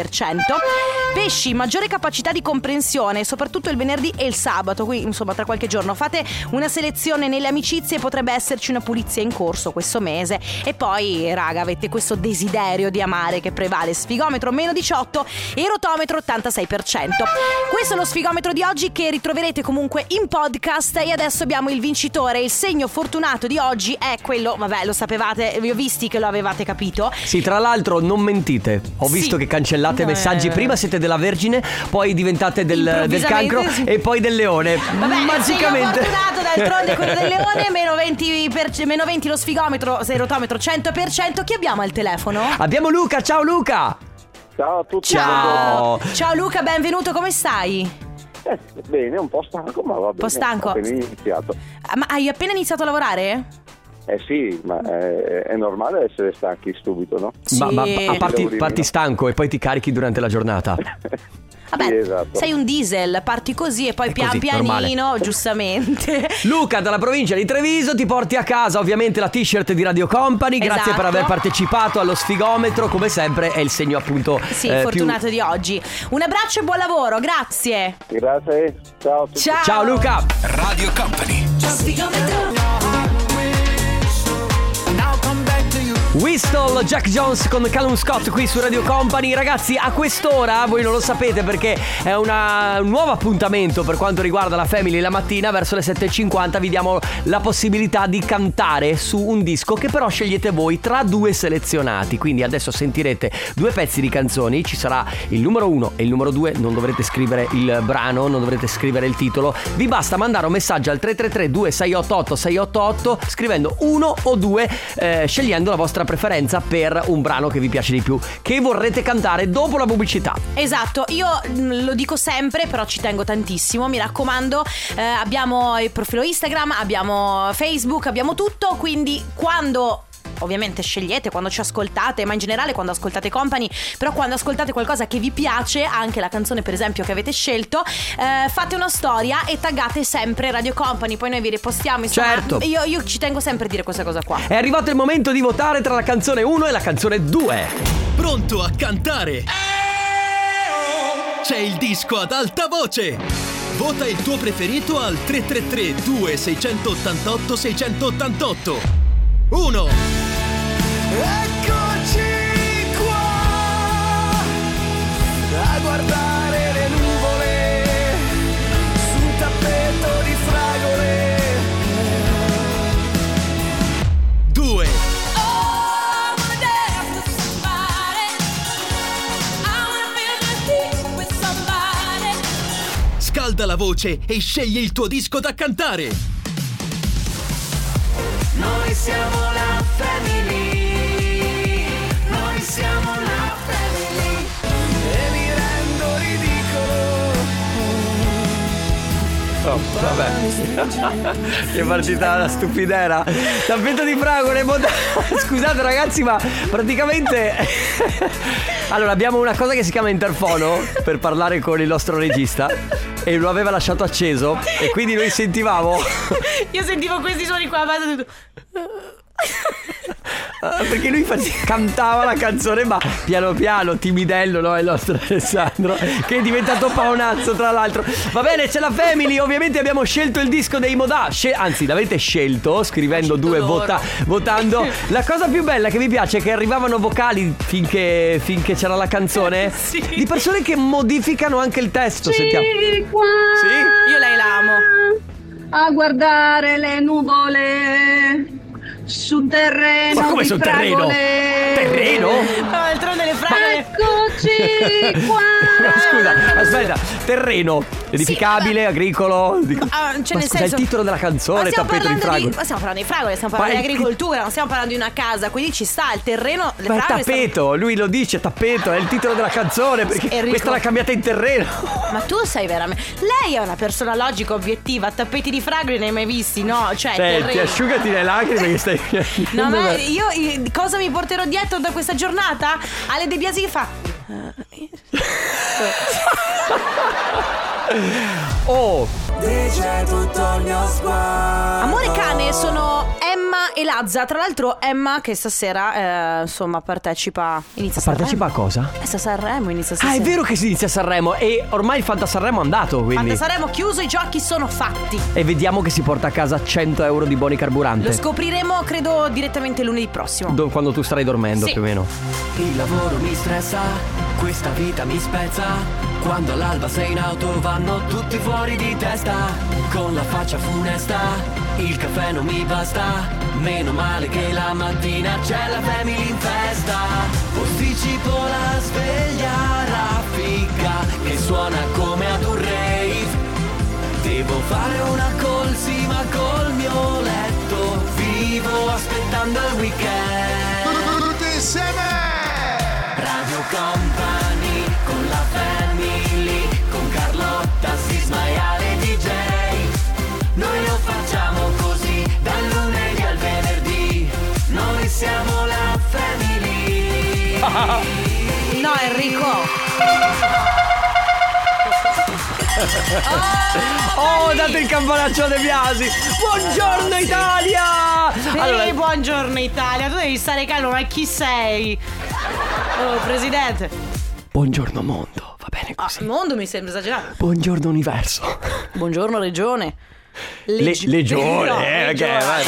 Pesci, maggiore capacità di comprensione, soprattutto il venerdì e il sabato, qui insomma tra qualche giorno. Fate una selezione nelle amicizie, potrebbe esserci una pulizia in corso questo mese. E poi, raga, avete questo desiderio di amare che prevale. Sfigometro meno 18 e rotometro 86%. Questo è lo sfigometro di oggi che ritroverete comunque in podcast e adesso abbiamo il vincitore. Il segno fortunato di oggi è quello, vabbè, lo sapete sapevate, vi ho visti che lo avevate capito.
Sì, tra l'altro non mentite. Ho visto che cancellate
No,
messaggi.
eh.
Prima siete della Vergine, poi diventate del, del
Improvvisamente,
cancro
sì.
e poi del leone.
Vabbè,
Magicamente.
il segno fortunato d'altronde è
[laughs]
quello del leone, meno 20, per- meno 20 lo sfigometro, se il rotometro 100%. Chi abbiamo al telefono?
Abbiamo Luca, ciao Luca!
Ciao a tutti.
Ciao!
Ciao Luca, benvenuto, come stai?
Eh, bene, un po' stanco, ma va bene.
po' stanco?
Ho appena iniziato.
Ah, Ma hai appena iniziato a lavorare?
Eh sì, ma è, è normale essere stanchi subito, no?
Ma, ma
Sì.
a parti,
Lavorino.
parti stanco e poi ti carichi durante la giornata.
Vabbè,
Sì, esatto.
sei un diesel, parti così e poi pian
così,
pianino,
[laughs]
giustamente.
Luca dalla provincia di Treviso ti porti a casa ovviamente la t-shirt di Radio Company. Grazie
Esatto.
per aver partecipato allo sfigometro. Come sempre è il segno appunto
Sì,
eh, più-
fortunato di oggi. Un abbraccio e buon lavoro, grazie.
Grazie, ciao a tutti.
Ciao.
Ciao Luca!
Radio Company.
Whistle Jack Jones con Callum Scott qui su Radio Company. Ragazzi, a quest'ora voi non lo sapete perché è una- un nuovo appuntamento per quanto riguarda la Family la mattina, verso le 7.50 vi diamo la possibilità di cantare su un disco che però scegliete voi tra due selezionati. Quindi adesso sentirete due pezzi di canzoni, ci sarà il numero uno e il numero due, non dovrete scrivere il brano, non dovrete scrivere il titolo, vi basta mandare un messaggio al 333 2688 688 scrivendo uno o due eh, scegliendo la vostra preferenza per un brano che vi piace di più che vorrete cantare dopo la pubblicità.
Esatto, io mh, lo dico sempre, però ci tengo tantissimo. Mi raccomando, eh, abbiamo il profilo Instagram, abbiamo Facebook, abbiamo tutto, quindi quando. Ovviamente scegliete quando ci ascoltate, ma in generale quando ascoltate company, però quando ascoltate qualcosa che vi piace, anche la canzone per esempio che avete scelto, eh, fate una storia e taggate sempre Radio Company, poi noi vi ripostiamo. Insomma,
Certo.
io, io ci tengo sempre a dire questa cosa qua.
È arrivato il momento di votare tra la canzone 1 e la canzone 2.
Pronto a cantare? C'è il disco ad alta voce. Vota il tuo preferito al 333 2688 688 1
Eccoci qua a guardare le nuvole su un tappeto di fragole.
2 Scalda la voce e scegli il tuo disco da cantare
Noi siamo la family, noi siamo la family e mi rendo ridicolo.
Oh, vabbè. che partita la stupidera. Tappeto di fragole. moda- [laughs] Scusate ragazzi, ma praticamente... [laughs] allora, abbiamo una cosa che si chiama interfono per parlare con il nostro regista. E lo aveva lasciato acceso. E quindi noi sentivamo...
Io sentivo questi suoni qua, vado tutto.
Ah, Perché lui face- cantava la canzone, ma piano piano, timidello, no? Il nostro Alessandro, che è diventato paonazzo, tra l'altro. Va bene, c'è la Family. Ovviamente abbiamo scelto il disco dei Modà. Sce- anzi, l'avete scelto, scrivendo due,
loro.
vota- votando. La cosa più bella che mi piace è che arrivavano vocali finché, finché c'era la canzone di persone che modificano anche il testo. Sentiamo.
qua.
Sì?
Io lei la amo. A guardare le nuvole sul terreno.
Ma come
di
sul terreno?
fragole.
Terreno?
Ma
d'altronde le fragole.
Eccoci qua.
[laughs] No, scusa, aspetta, terreno edificabile, agricolo. Dico- ma
Ah, cioè, nel
scusa,
senso-
il titolo della canzone,
stiamo
tappeto di
parlando
fragole.
ma stiamo parlando di fragole, stiamo
Ma
parlando
il-
di agricoltura, non stiamo parlando di una casa, quindi ci sta il terreno, le
Ma è
fragole. stanno-
tappeto, lui lo dice, tappeto, è il titolo della canzone, perché
Enrico.
questa l'ha cambiata in terreno.
Ma tu sai veramente. Lei è una persona logica, obiettiva, tappeti di fragole ne hai mai visti? No, cioè
Senti,
terreno.
asciugati le lacrime che
[laughs]
stai
No, ma
Vabbè.
io eh, cosa mi porterò dietro da questa giornata? Ale De Biasi che fa.
Oh!
Dice tutto il mio sguardo.
Amore cane, sono Emma e Lazza. Tra l'altro, Emma che stasera, eh, insomma, partecipa. Inizia
Partecipa a
Sanremo.
cosa?
Eh, sta Sanremo, inizia
Ah,
stasera.
è vero che si inizia a Sanremo e ormai il Fantasanremo è andato, quindi.
Quando saremo chiuso, i giochi sono fatti.
E vediamo che si porta a casa 100 euro di buoni carburante.
Lo scopriremo, credo, direttamente lunedì prossimo.
Do- quando tu starai dormendo,
Sì.
più o meno.
Il lavoro mi stressa, questa vita mi spezza. Quando all'alba sei in auto vanno tutti fuori di testa. Con la faccia funesta, il caffè non mi basta. Meno male che la mattina c'è la family in festa. Posticipo la sveglia raffica che suona come ad un rave. Devo fare una colsima col mio letto. Vivo aspettando il weekend. Tutti insieme! Radio Company con la family, con Carlotta, Sisma e Ale DJ. Noi lo facciamo così, dal lunedì al venerdì. Noi siamo la family.
No, Enrico.
Oh, date il campanaccio a De Biasi! Buongiorno Italia!
Sì,
Allora-
buongiorno Italia. Tu devi stare calmo, ma chi sei? Oh, presidente.
Buongiorno mondo, va bene
Ah,
così.
mondo mi sembra esagerato.
Buongiorno universo.
Buongiorno regione.
Le,
Leggi-
legione,
[laughs] No,
eh, ok,
legione.
vai.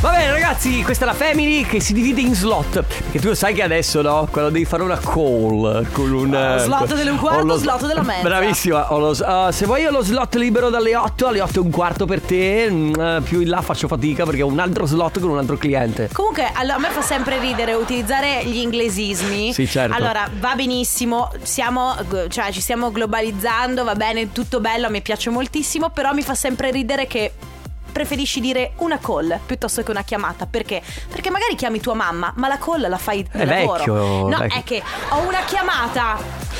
Va bene, ragazzi, questa è la family che si divide in slot. Perché tu lo sai che adesso, no? Quando devi fare una call con un. eh,
Ah, slot delle un quarto,
ho
slot della mezza.
Bravissima. ho lo s- eh, se vuoi, ho lo slot libero dalle 8 alle 8 e un quarto per te. mm, eh, più in là faccio fatica perché ho un altro slot con un altro cliente.
Comunque, allora, a me fa sempre ridere utilizzare gli inglesismi.
Sì, certo.
Allora, va benissimo, siamo, cioè, ci stiamo globalizzando, va bene, tutto bello, mi piace moltissimo, però mi fa sempre ridere che preferisci dire una call piuttosto che una chiamata. Perché? Perché magari chiami tua mamma, ma la call la fai
È
al lavoro.
vecchio,
no,
vecchio.
è che ho una chiamata.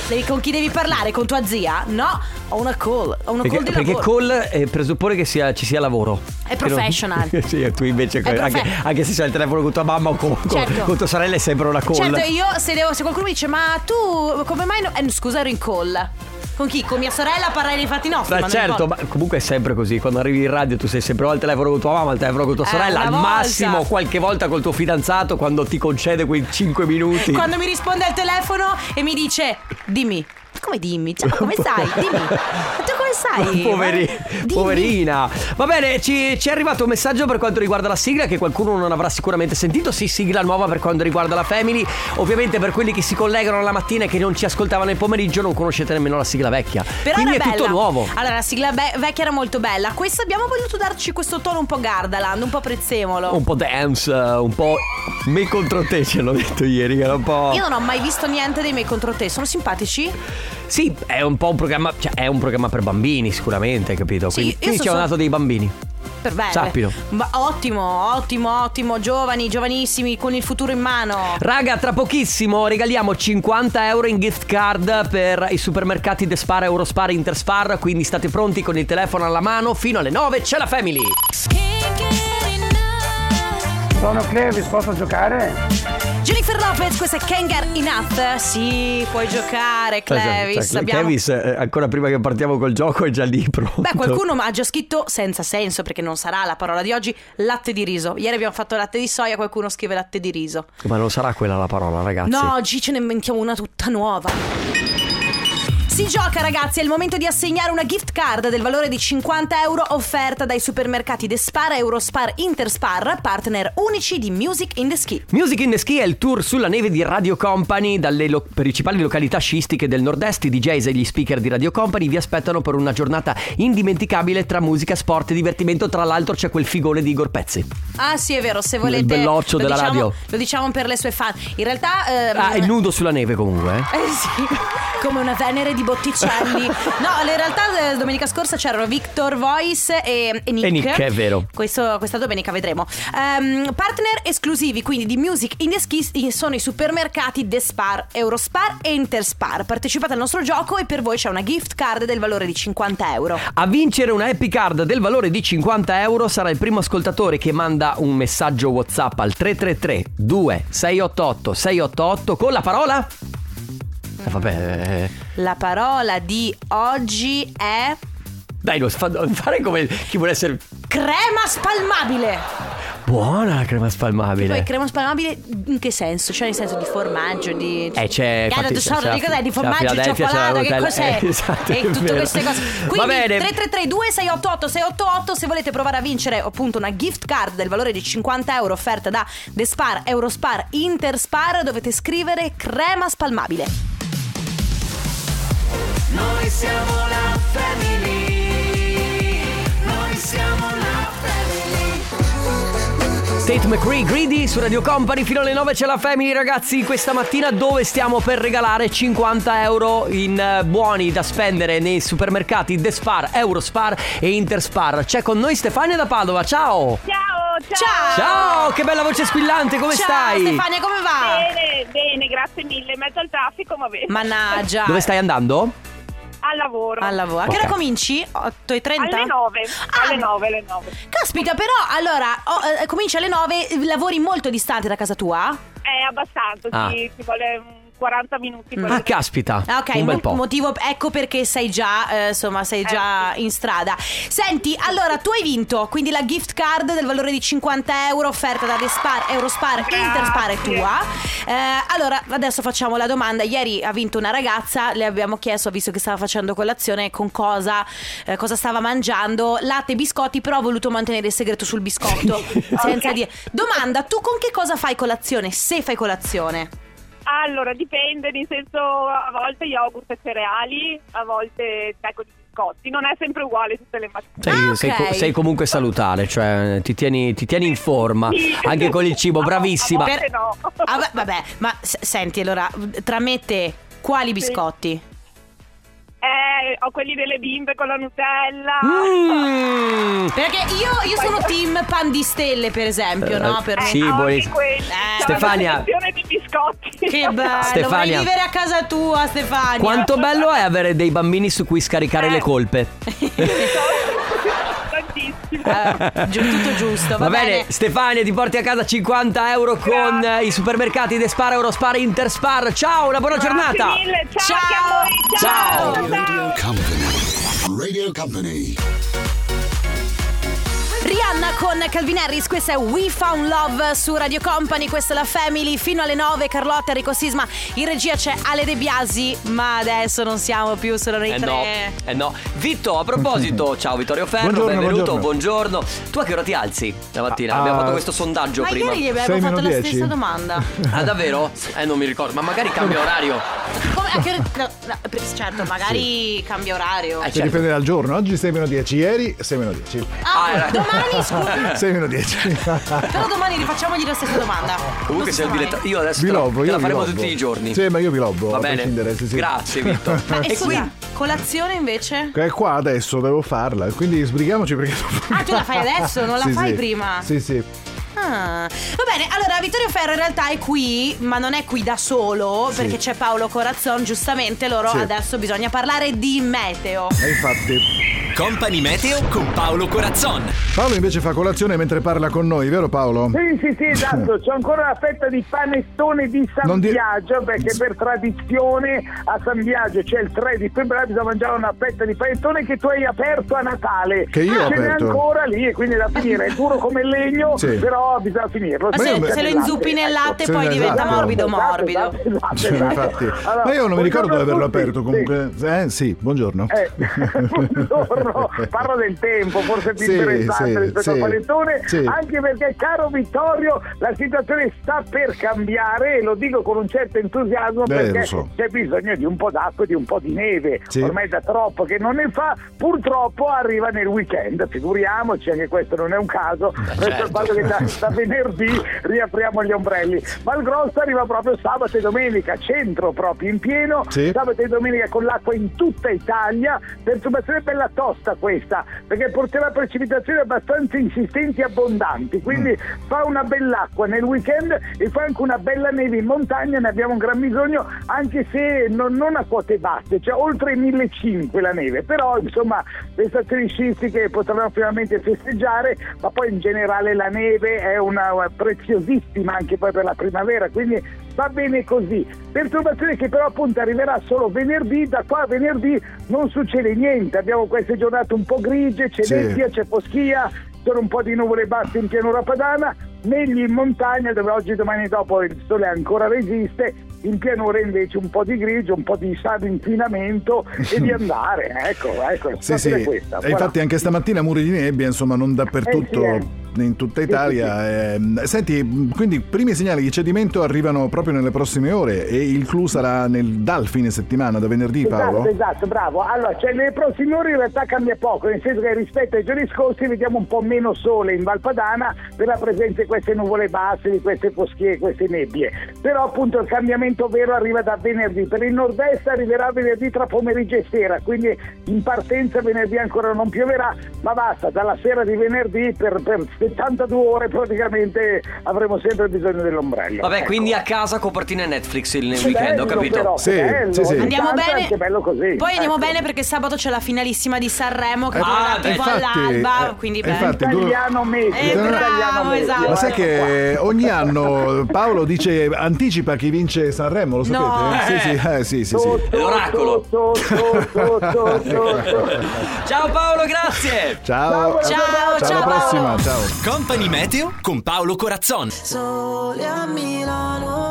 Devi- Con chi devi parlare? Con tua zia? No, ho una call. Ho una
Perché,
call di
perché
lavoro.
call eh, presuppone che sia- ci sia lavoro.
È
Che non-
professional.
[laughs] sì, e tu invece.
È profe-
anche, anche se c'è il telefono con tua mamma o con, con-
Certo.
con tua sorella è sempre una call.
Certo, io se, devo- se qualcuno mi dice ma tu come mai... no-" Eh, scusa, ero in call. Con chi? Con mia sorella a parlare dei fatti nostri.
Ma
non
certo,
ricordo.
ma comunque è sempre così. Quando arrivi in radio, tu sei sempre o al telefono con tua mamma, al telefono con tua
Eh,
sorella,
una
al
volta.
massimo qualche volta col tuo fidanzato quando ti concede quei 5 minuti.
Quando
[laughs]
mi risponde al telefono e mi dice dimmi. Come dimmi? Cioè, ma come stai? Dimmi. Ma tu come sai?
Poveri-
Dimmi.
poverina. Va bene, ci, ci è arrivato un messaggio per quanto riguarda la sigla che qualcuno non avrà sicuramente sentito. Sì, sigla nuova per quanto riguarda la Family. Ovviamente per quelli che si collegano alla mattina e che non ci ascoltavano nel pomeriggio non conoscete nemmeno la sigla vecchia.
Però
Quindi è
era
tutto
bella.
nuovo.
Allora, la sigla be- vecchia era molto bella. Questa abbiamo voluto darci questo tono un po' Gardaland, un po' prezzemolo.
Un po' dance, eh, un po' me contro te, ce l'ho detto ieri, che era un po'...
Io non ho mai visto niente dei miei contro te. Sono simpatici?
Sì, è un po' un programma, cioè è un programma per bambini sicuramente, capito?
Sì,
Quindi,
io
quindi
so
c'è un
sol-
lato dei bambini.
Per bene.
Sappilo.
Ma ottimo, ottimo, ottimo. Giovani, giovanissimi, con il futuro in mano.
Raga, tra pochissimo regaliamo 50 euro in gift card per i supermercati De Spar, Eurospar, Interspar, quindi state pronti con il telefono alla mano, fino alle 9 c'è la Family.
Sono Clevis, posso giocare?
Jennifer Lopez, questa è Kengar Enough. Sì, puoi giocare,
Cioè,
Clevis. abbiamo-
eh, ancora prima che partiamo col gioco, è già lì pronto.
Beh, qualcuno ha già scritto senza senso perché non sarà la parola di oggi latte di riso. Ieri abbiamo fatto latte di soia, qualcuno scrive latte di riso.
Ma non sarà quella la parola, ragazzi.
No, oggi ce ne inventiamo una tutta nuova. Si gioca ragazzi, è il momento di assegnare una gift card del valore di 50 euro offerta dai supermercati De Spar, Eurospar, Interspar, partner unici di Music in the Ski.
Music in the Ski è il tour sulla neve di Radio Company dalle lo- principali località sciistiche del nord-est. I DJs e gli speaker di Radio Company vi aspettano per una giornata indimenticabile tra musica, sport e divertimento. Tra l'altro c'è quel figone di Igor Pezzi.
Ah sì è vero, se volete...
belloccio
lo
della
diciamo-
radio.
Lo diciamo per le sue fan. In realtà... ehm,
Ah, è nudo sulla neve comunque. eh.
Eh sì, come una Venere di Botticelli. No, in realtà eh, domenica scorsa c'erano Victor Voice e, e Nick.
E Nick, è vero.
Questo- questa domenica vedremo. Ehm, partner esclusivi quindi di Music in the Skis sono i supermercati The Spar, Eurospar e Interspar. Partecipate al nostro gioco e per voi c'è una gift card del valore di 50 euro.
A vincere una happy card del valore di 50 euro sarà il primo ascoltatore che manda un messaggio WhatsApp al 333 2688 688 con la parola. Eh, vabbè. eh.
La parola di oggi è
Dai, lo fa- fare come chi vuole essere
crema spalmabile.
buona la crema spalmabile.
Poi crema spalmabile in che senso? Cioè nel senso di formaggio, di... cioè,
Eh, c'è.
Gara
infatti,
tesoro,
c'è la-
di cos'è? Di
c'è la
formaggio,
Philadelphia, c'è la
cioccolata, che
Nutella. [laughs]
cos'è?
Eh, esatto,
e
è
tutte
vero.
queste cose.
Va
Quindi
bene.
3332 688 688 se volete provare a vincere appunto una gift card del valore di 50 euro offerta da The Spar, Eurospar, Interspar dovete scrivere crema spalmabile.
Noi siamo la family. Noi siamo la family.
Tate McCree Greedy su Radio Company fino alle 9 c'è la Family ragazzi questa mattina dove stiamo per regalare 50 euro in eh, buoni da spendere nei supermercati The Spar, Eurospar e Interspar c'è con noi Stefania da Padova ciao
Ciao,
ciao.
ciao che bella voce squillante come
Ciao,
stai
Stefania,
come va?
Bene, bene, grazie mille. In mezzo al traffico, ma bene.
Mannaggia.
dove stai andando?
Al lavoro.
Al lavoro. A che ora
Ok.
cominci? 8 e 30?
Alle 9.
Ah.
Alle 9, alle 9.
Caspita però allora oh, eh, cominci alle 9 lavori molto distante da casa tua?
È abbastanza,
Ah.
sì, ci vuole un 40 minuti.
Mm.
per-
ah caspita
Ah, ok,
un bel
mo-
po'
motivo ecco perché sei già, eh, insomma, sei già in strada. Senti, allora tu hai vinto, quindi la gift card del valore di 50 euro offerta da Despar, Eurospar e Interspar è tua. Eh, allora, adesso facciamo la domanda. Ieri ha vinto una ragazza, le abbiamo chiesto, visto che stava facendo colazione, con cosa, eh, cosa stava mangiando, latte e biscotti, però ha voluto mantenere il segreto sul biscotto, senza
Ok.
dire. Domanda, tu con che cosa fai colazione, se fai colazione?
Allora, dipende, nel senso, a volte yogurt e cereali, a volte secco di biscotti. Non è sempre uguale tutte le mattine.
sei, sei
ok.
co- sei comunque salutare, cioè ti tieni, ti tieni in forma
Sì.
Ah, anche con
[laughs]
il cibo, bravissima.
Per- Ah, va- vabbè, ma s- senti, allora, tra me e te, quali biscotti?
Eh, ho quelli delle bimbe con la Nutella. Eh,
Mm.
Perché io, io sono team pan di stelle, per esempio,
Eh,
no? Per me.
sì, Eh, buoni- anche
quelli.
Stefania,
di biscotti.
Che
[laughs]
bello,
Stefania.
vorrei vivere a casa tua, Stefania.
Quanto bello è avere dei bambini su cui scaricare le
[laughs]
colpe.
Eh, giu- tutto giusto, va,
bene. Stefania, ti porti a casa 50 euro con eh, i supermercati De Spar, Eurospar, Interspar. Ciao, una buona giornata.
Ciao,
Ciao.
Radio Company. Radio Company.
Rihanna con Calvin Harris, questa è We Found Love su Radio Company, questa è la Family, fino alle 9 Carlotta, Enrico Sisma, in regia c'è Ale De Biasi, ma adesso non siamo più solo noi
Eh
tre.
no, eh no. Vitto, a proposito, ciao Vittorio Ferro,
Mm-hmm. Buongiorno,
benvenuto, buongiorno.
buongiorno.
Tu a che ora ti alzi la mattina?
Ah,
Abbiamo fatto questo sondaggio
Ma
prima.
ieri gli avevo fatto la stessa domanda.
Ah, davvero? Eh, non mi ricordo, ma magari cambia orario.
Come, a che ora- no, no, per- certo, magari cambia orario.
Eh,
Che
certo.
dipende dal giorno, oggi 6 meno 10, ieri 6 meno 10.
Ah,
[laughs]
domani scusa.
6 meno 10.
Però domani rifacciamogli la stessa domanda.
Comunque sei un dilettante. Io adesso
[laughs] Vi
te la-
lobbo,
te
io
la
vi
faremo
lobbo.
tutti i giorni.
Sì, ma io vi lobbo.
Va
a
bene.
prescindere, sì, sì.
Grazie, Vitto.
[laughs] Ma e
E
scusa, colazione invece?
Che qua adesso devo farla, quindi sbrighiamoci perché
Ah, tu la fai adesso, non la
Sì,
fai
sì.
prima.
Sì, sì.
Ah, va bene, allora Vittorio Ferro in realtà è qui, ma non è qui da solo,
Sì.
perché c'è Paolo Corazzon, giustamente loro
Sì.
adesso bisogna parlare di meteo.
E infatti.
Company Meteo con Paolo Corazzon.
Paolo invece fa colazione mentre parla con noi, vero Paolo?
Sì, sì, sì, esatto, c'è ancora la fetta di panettone di San
Non dire-
Biagio, perché per tradizione a San Biagio c'è il 3 di febbraio, bisogna mangiare una fetta di panettone che tu hai aperto a Natale. Ah,
Che io ho
Ce n'è
aperto.
ancora lì e quindi è da finire, è duro come il legno,
Sì.
però bisogna finirlo.
Ma se- se lo inzuppi nel latte
Se-
poi diventa
esatto.
morbido
Esatto,
morbido.
[laughs] Sì, infatti. Ma io non mi ricordo di averlo aperto comunque. Eh sì, buongiorno.
Eh, [laughs]
[laughs]
Buongiorno, parlo del tempo, forse è più
Sì,
interessante
sì,
rispetto al
sì,
panettone,
sì.
anche perché caro Vittorio la situazione sta per cambiare e lo dico con un certo entusiasmo
Eh,
perché
lo so.
c'è bisogno di un po' d'acqua e di un po' di neve,
Sì.
ormai da troppo che non ne fa, purtroppo arriva nel weekend, figuriamoci anche questo non è un caso, questo è il
certo.
fatto che da, da venerdì riapriamo gli ombrelli, ma il grosso arriva proprio sabato e domenica, centro proprio in pieno,
Sì.
sabato e domenica con l'acqua in tutta Italia, perturbazione bella tosta questa, perché porterà precipitazioni abbastanza insistenti e abbondanti, quindi
Mm.
fa una bell'acqua nel weekend e fa anche una bella neve in montagna, ne abbiamo un gran bisogno, anche se non, non a quote basse, cioè oltre 1500 la neve, però insomma le stazioni sciistiche potranno finalmente festeggiare, ma poi in generale la neve è una una preziosissima anche poi per la primavera, quindi va bene così. Perturbazione che però appunto arriverà solo venerdì, da qua a venerdì non succede niente, abbiamo queste giornate un po' grigie, c'è
Sì.
nebbia, c'è foschia, sono un po' di nuvole basse in pianura padana, negli in montagna dove oggi e domani dopo il sole ancora resiste, in pianura invece un po' di grigio, un po' di sano inquinamento e di andare, ecco, ecco, la
Sì, sì.
situazione è questa.
E infatti anche stamattina muri di nebbia, insomma, non dappertutto.
Eh, sì,
In tutta Italia. Ehm, Senti, mh, quindi i primi segnali di cedimento arrivano proprio nelle prossime ore e il clou sarà nel- dal fine settimana, da venerdì Paolo?
Esatto, esatto, bravo. Allora, cioè, nelle prossime ore in realtà cambia poco, nel senso che rispetto ai giorni scorsi vediamo un po' meno sole in Valpadana per la presenza di queste nuvole basse, di queste foschie, queste nebbie. Però appunto il cambiamento vero arriva da venerdì. Per il nord-est arriverà venerdì tra pomeriggio e sera, quindi in partenza venerdì ancora non pioverà, ma basta, dalla sera di venerdì per, per 72 ore praticamente avremo sempre bisogno dell'ombrello.
Vabbè,
Ecco.
quindi a casa con partine Netflix il
Che
weekend, ho
bello
capito?
però, che bello. Ogni
Andiamo
tanto è
bene.
anche bello così.
Poi andiamo
Ecco.
bene perché sabato c'è la finalissima di Sanremo che
Eh,
torna
ah, beh,
tipo
infatti,
all'alba,
eh,
quindi bello.
infatti, dove- Italiano
medio,
Eh, bravo, esatto.
Ma sai che ogni anno Paolo dice anticipa chi vince Sanremo, lo sapete?
No.
Sì, sì, eh, sì, sì, sì.
L'oracolo. Ciao Paolo, grazie.
[laughs] Ciao.
Ciao, ciao,
alla
ciao,
prossima,
Paolo.
ciao.
Company Meteo con Paolo Corazzon.
Sole a Milano.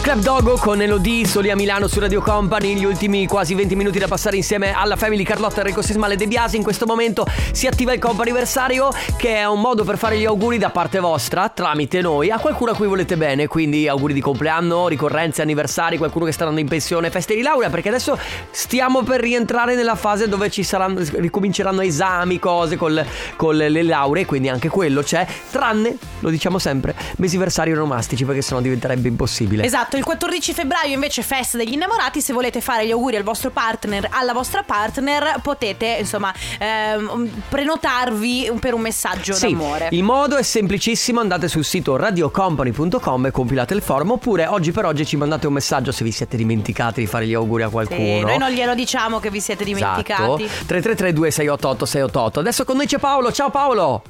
Club Dogo con Elodie, soli a Milano su Radio Company, gli ultimi quasi 20 minuti da passare insieme alla Family Carlotta, Enrico Sismale e De Biasi. In questo momento si attiva il comp anniversario che è un modo per fare gli auguri da parte vostra, tramite noi, a qualcuno a cui volete bene, quindi auguri di compleanno, ricorrenze, anniversari, qualcuno che sta andando in pensione, feste di laurea, perché adesso stiamo per rientrare nella fase dove ci saranno, ricominceranno esami, cose col- con le- le lauree, quindi anche quello c'è, tranne, lo diciamo sempre, mesiversario romastici, perché sennò diventerebbe impossibile.
Esatto, il 14 febbraio invece è festa degli innamorati, se volete fare gli auguri al vostro partner, alla vostra partner, potete insomma ehm, prenotarvi per un messaggio
Sì,
d'amore.
il modo è semplicissimo, andate sul sito radiocompany.com e compilate il form oppure oggi per oggi ci mandate un messaggio se vi siete dimenticati di fare gli auguri a
Sì,
qualcuno.
noi non glielo diciamo che vi siete
Esatto.
dimenticati.
3332 688 688. Adesso con noi c'è Paolo. Ciao Paolo.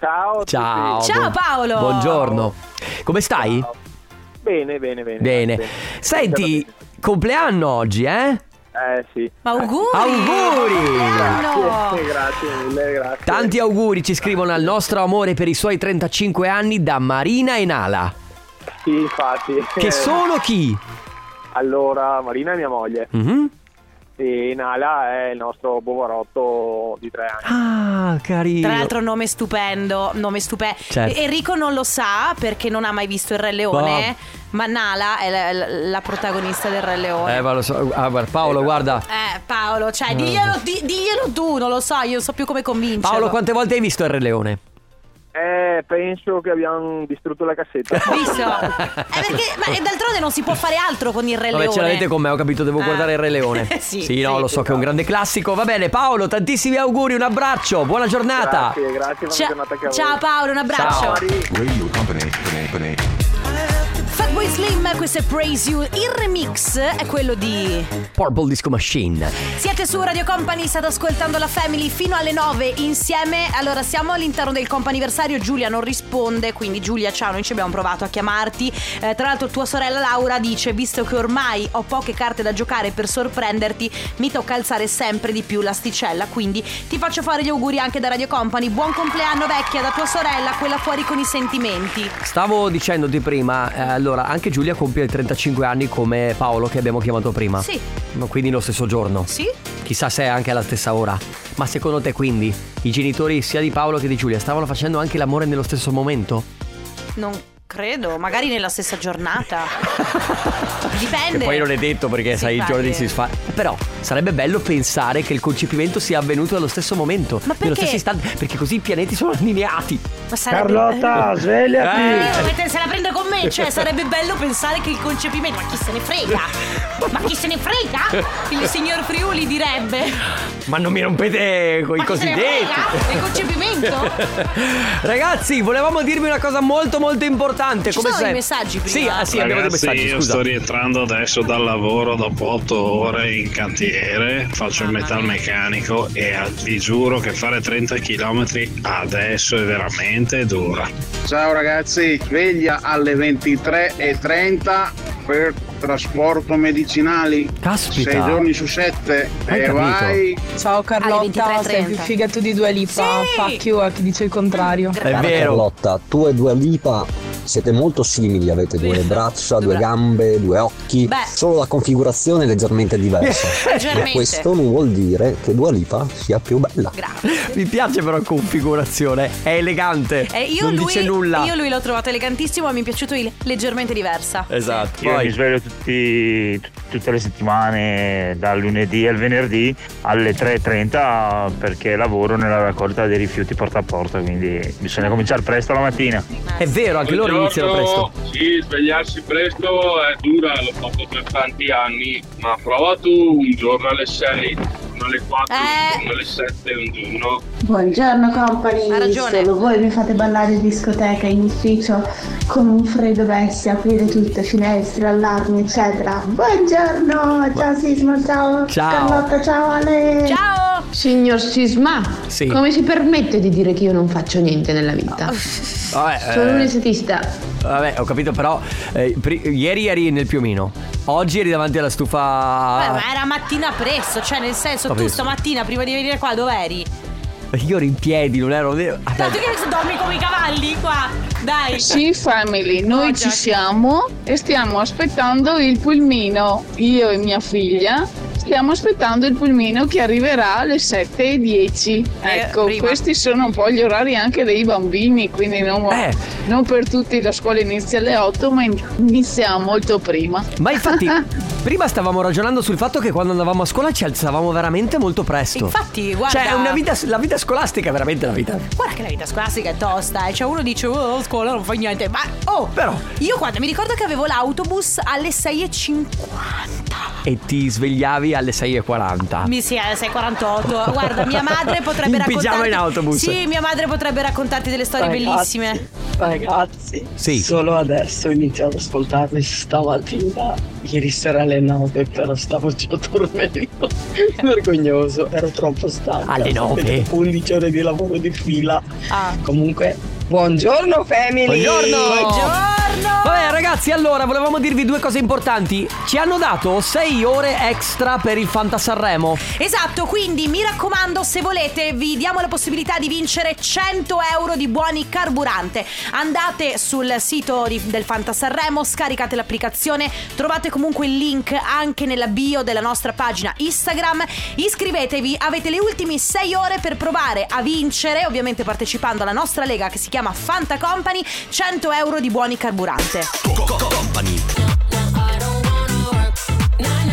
Ciao.
Ciao.
Ciao, Paolo.
Buongiorno. Come stai?
Bene, bene, bene.
Bene. Senti, compleanno oggi, eh?
Eh sì.
Ma auguri!
Auguri!
Oh.
Grazie, grazie mille, grazie.
Tanti auguri ci scrivono al nostro amore per i suoi 35 anni da Marina e Nala.
Sì, infatti. Eh,
Che sono chi?
Allora, Marina è mia moglie.
Mhm.
E Nala è il nostro bovarotto di tre anni.
Ah, carino.
Tra l'altro nome stupendo, nome stupendo.
Certo.
Enrico non lo sa perché non ha mai visto il Re Leone,
Boh.
ma Nala è la, la- la protagonista del Re Leone.
Eh, ma lo so. Ah, guarda, Paolo, guarda.
Eh, Paolo, cioè,
Eh.
diglielo, di- diglielo tu, non lo so, io non so più come convincerlo.
Paolo, quante volte hai visto il Re Leone?
Eh, penso che abbiamo distrutto la cassetta.
Visto? Eh, perché, ma e d'altronde non si può fare altro con il Re
Vabbè,
Leone.
ce l'avete con me, ho capito, devo
Ah.
guardare il Re Leone.
[laughs] Sì,
no,
sì.
lo so che è un grande classico. Va bene, Paolo, tantissimi auguri, un abbraccio, buona giornata.
Grazie, grazie, buona giornata anche a
Cioè, Ciao,
voi.
ciao Paolo, un abbraccio.
Radio Company. company, company.
Fatboy Slim, questo è Praise You. Il remix è quello di
Purple Disco Machine.
Siete su Radio Company, state ascoltando la Family fino alle 9 insieme. Allora, siamo all'interno del comp'anniversario, Giulia non risponde, quindi Giulia, ciao, noi ci abbiamo provato a chiamarti. Eh, tra l'altro tua sorella Laura dice, visto che ormai ho poche carte da giocare per sorprenderti, mi tocca alzare sempre di più l'asticella, quindi ti faccio fare gli auguri anche da Radio Company. Buon compleanno vecchia da tua sorella, quella fuori con i sentimenti.
Stavo dicendoti prima, eh, allora, anche Giulia compie i 35 anni come Paolo che abbiamo chiamato prima.
Sì.
Ma quindi lo stesso giorno.
Sì?
Chissà se è anche alla stessa ora. Ma secondo te quindi i genitori sia di Paolo che di Giulia stavano facendo anche l'amore nello stesso momento?
Non credo, magari nella stessa
[laughs]
giornata. Dipende.
Che poi non è detto perché
Sì,
sai i
infatti.
giorni si sfa. Però sarebbe bello pensare che il concepimento sia avvenuto allo stesso momento. Ma Nello
perché?
stesso istante, perché così i pianeti sono allineati.
Ma sarebbe-
Carlotta, svegliati!
Eh, ma te- se la prende con me, cioè sarebbe bello pensare che il concepimento, ma chi se ne frega? Ma chi se ne frega? Il signor Friuli direbbe.
Ma non mi rompete con i
Ma chi se ne frega?
cosiddetti.
Del concepimento?
[laughs] Ragazzi, volevamo dirvi una cosa molto molto importante.
Ci
come
sono
sempre.
i messaggi eh? prima?
Sì, ah, sì, abbiamo dei
Ragazzi,
messaggi,
io
scusa.
sto rientrando adesso dal lavoro dopo 8 ore in cantiere, faccio il metalmeccanico e ah, vi giuro che fare 30 km adesso è veramente dura.
Ciao ragazzi, sveglia alle 23.30 per trasporto medicinali.
Caspita.
Sei giorni su sette.
Hai
e
capito?
vai.
Ah.
Ciao Carlotta,
23:30.
sei più figa tu di Dua Lipa, fuck you a chi dice il contrario.
Carlotta, tu e due Lipa siete molto simili, avete due braccia, due gambe, due occhi, solo la configurazione è leggermente diversa.
Leggermente.
Ma questo non vuol dire che Dua Lipa sia più bella.
Mi piace però configurazione, è elegante.
Eh, io,
non
lui,
dice nulla.
io lui l'ho trovato elegantissimo e mi è piaciuto il leggermente diversa.
Esatto.
Io mi sveglio tutti- tut- tutte le settimane, dal lunedì al venerdì alle 3.30 perché lavoro nella raccolta dei rifiuti porta a porta, quindi bisogna cominciare presto la mattina.
È vero, anche loro iniziano presto.
Sì, svegliarsi presto è dura, l'ho fatto per tanti anni, ma prova tu un giorno alle 6, un giorno alle 4, un giorno alle 7, un giorno.
Buongiorno company, solo voi mi fate ballare in discoteca, in ufficio, con un freddo bestia, aprire tutte, finestre, allarmi, eccetera. Buongiorno, ciao Sisma, ciao,
Ciao.
Carlotta, ciao Ale.
Ciao.
Signor Sisma,
Sì.
come si permette di dire che io non faccio niente nella vita?
Oh.
Vabbè,
Sono
eh,
un esetista.
vabbè, ho capito, però eh, pri- ieri eri nel piumino, oggi eri davanti alla
Beh,
stufa.
ma era mattina presto, cioè nel senso,
Ah. Ho
tu
visto.
stamattina prima di venire qua dov'eri?
Io ero in piedi, non ero. Ah,
No, tu che dormi come i cavalli qua? Dai.
Sì, family, noi ci siamo e stiamo aspettando il pulmino. Io e mia figlia stiamo aspettando il pulmino che arriverà alle 7.10. Ecco,
prima.
questi sono un po' gli orari anche dei bambini, quindi non, non per tutti la scuola inizia alle 8, ma in- inizia molto prima.
Ma
[laughs]
infatti, prima stavamo ragionando sul fatto che quando andavamo a scuola ci alzavamo veramente molto presto.
Infatti, guarda-
Cioè, è una vita, la vita scolastica è veramente la vita.
Guarda che la vita scolastica è tosta, eh. cioè uno dice oh a scuola non fai niente, ma oh! Però io quando mi ricordo che avevo l'autobus alle 6.50.
E ti svegliavi alle 6.40.
Mi sì, alle 6.48. Guarda,
[laughs]
mia madre potrebbe
In
raccontarti.
pigiama in autobus.
Sì, mia madre potrebbe raccontarti delle storie
Ragazzi.
bellissime.
Ragazzi, solo adesso ho iniziato ad ascoltarvi stamattina. Ieri sera alle 9, però stavo già dormendo. Vergognoso, ero troppo stanco.
Alle nove?
11 ore
Ah.
di lavoro di fila. Comunque, buongiorno, family.
Buongiorno.
Buongiorno.
buongiorno.
Vabbè ragazzi, allora volevamo dirvi due cose importanti. Ci hanno dato 6 ore extra per il Fanta Sanremo.
Esatto, quindi mi raccomando, se volete, vi diamo la possibilità di vincere 100 euro di buoni carburante. Andate sul sito di- del Fanta Sanremo, scaricate l'applicazione, trovate comunque il link anche nella bio della nostra pagina Instagram. Iscrivetevi, avete le ultime 6 ore per provare a vincere, ovviamente partecipando alla nostra lega che si chiama Fanta Company, 100 euro di buoni carburante.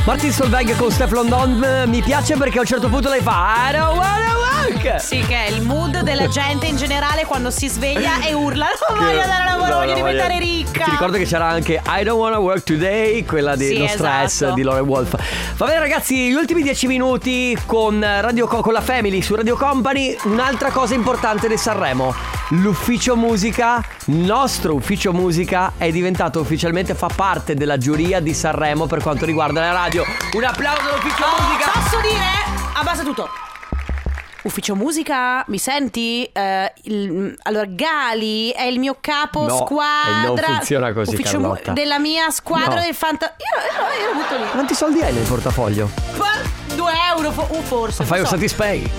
Martin Solveig con Steph London eh, mi piace perché a un certo punto lei fa I don't wanna work.
Sì, che è il mood della gente in generale quando si sveglia e urla: Non voglio andare a lavoro,
No,
voglio
no,
diventare
voglio-
ricca.
Ti ricordo che c'era anche I don't wanna work today, quella di
Sì,
nostra
esatto.
S di Lauren Wolf. Va bene ragazzi, gli ultimi dieci minuti con, Radio Co- con la Family su Radio Company, un'altra cosa importante di Sanremo. L'ufficio musica, nostro ufficio musica, è diventato ufficialmente, fa parte della giuria di Sanremo per quanto riguarda la radio. Un applauso all'ufficio musica.
Posso dire? Abbassa tutto. Ufficio musica, mi senti? Eh, il- allora, Gali è il mio capo
No,
squadra.
non funziona così,
Ufficio mu-
Carlotta.
della mia squadra
No.
del fanta. Io, io, io lo butto lì.
Quanti soldi hai nel portafoglio?
Por- 2 euro, fo- uh, forse.
Fai
non
un
so.
Satispay.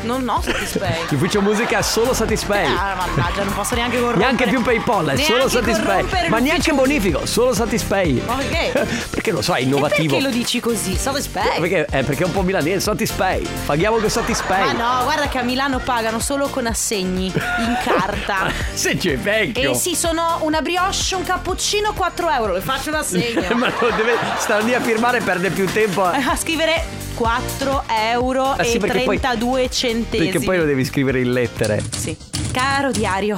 Non ho Satispay.
[laughs] L'ufficio musica è solo Satispay.
Ah, mannaggia, non posso neanche corrompere.
Neanche più PayPal, è solo
Neanche
Satispay.
corrompere
Ma
l'ufficio
neanche bonifico, solo Satispay.
Ma
[laughs]
perché?
Perché lo so, è innovativo.
Perché lo dici così? Satispay.
Perché, eh, perché è un po' milanese, Satispay. Paghiamo con
Ma
Satispay.
Ah, no, guarda che a Milano pagano solo con assegni in
[laughs]
carta.
Se c'è vecchio.
E Eh sì, sono una brioche, un cappuccino, 4 euro. Le faccio un assegno.
[laughs]
Eh,
Ma non deve stare lì a firmare, perde più tempo.
A scrivere 4 euro
Ah, sì,
e
perché poi-
32 centesimi.
Perché poi lo devi scrivere in lettere.
Sì. Caro diario,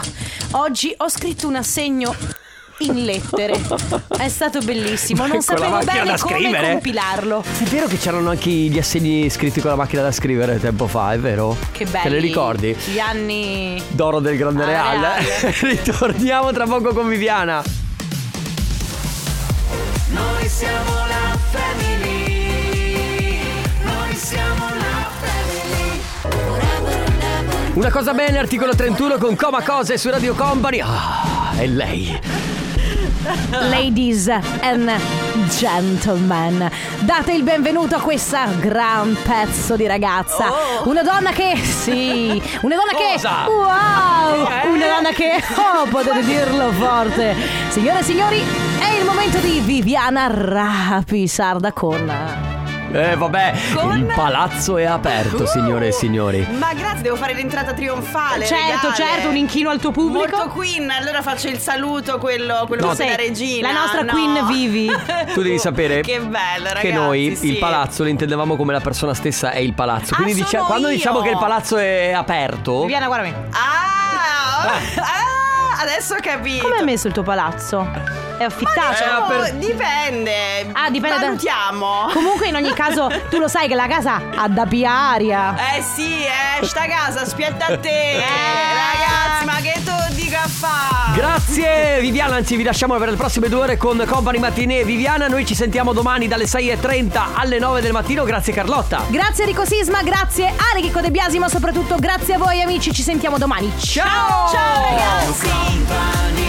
oggi ho scritto un assegno in
[laughs]
lettere. È stato bellissimo,
Ma [laughs]
non
con la
sapevo
macchina
bene
da
come
scrivere?
compilarlo.
È vero che c'erano anche gli assegni scritti con la macchina da scrivere tempo fa, è vero?
Che belli.
Te li ricordi?
Gli anni
D'oro del Grande
Ah,
Real. [laughs] Ritorniamo tra poco con Viviana.
Noi siamo la family. Noi siamo la family.
Una cosa bene, articolo 31 con Coma Cose su Radio Company. Ah, è lei.
Ladies and gentlemen, date il benvenuto a questa gran pezzo di ragazza.
Oh.
Una donna che, sì, una donna
Cosa?
che,
Eh?
wow, una donna che, oh, potete dirlo forte. Signore e signori, è il momento di Viviana Rapi Sarda con...
Eh vabbè,
Con-
il palazzo è aperto, signore e signori.
Ma grazie, devo fare l'entrata trionfale.
Certo,
regale.
certo, un inchino al tuo pubblico.
Molto Queen, allora faccio il saluto, quello, quello
No.
della
Sei
regina.
la nostra
no.
Queen
[laughs]
Vivi.
Tu devi sapere
Che bello, ragazzi.
che noi
sì.
il palazzo lo intendevamo come la persona stessa è il palazzo.
Ah,
Quindi
sono
dicia- quando
io!
diciamo che il palazzo è aperto,
Viviana, guardami.
Ah, [laughs] ah, adesso ho capito.
Come hai messo il tuo palazzo? È
Ma
affittato? Eh,
Eh,
diciamo, dipende.
Ah, dipende da-
Valutiamo.
Comunque in ogni caso tu lo sai che la casa ha da piaria.
Eh sì, eh, sta casa, aspetta a te. Eh,
[laughs]
ragazzi, ma che tu dica fa?
Grazie Viviana, anzi vi lasciamo per le prossime due ore con Company Matinee. Viviana, noi ci sentiamo domani dalle 6.30 alle 9 del mattino. Grazie Carlotta.
Grazie Rico Sisma, grazie Ale Chicco De Biasimo, soprattutto grazie a voi amici, ci sentiamo domani. Ciao! Ciao ragazzi!
Company.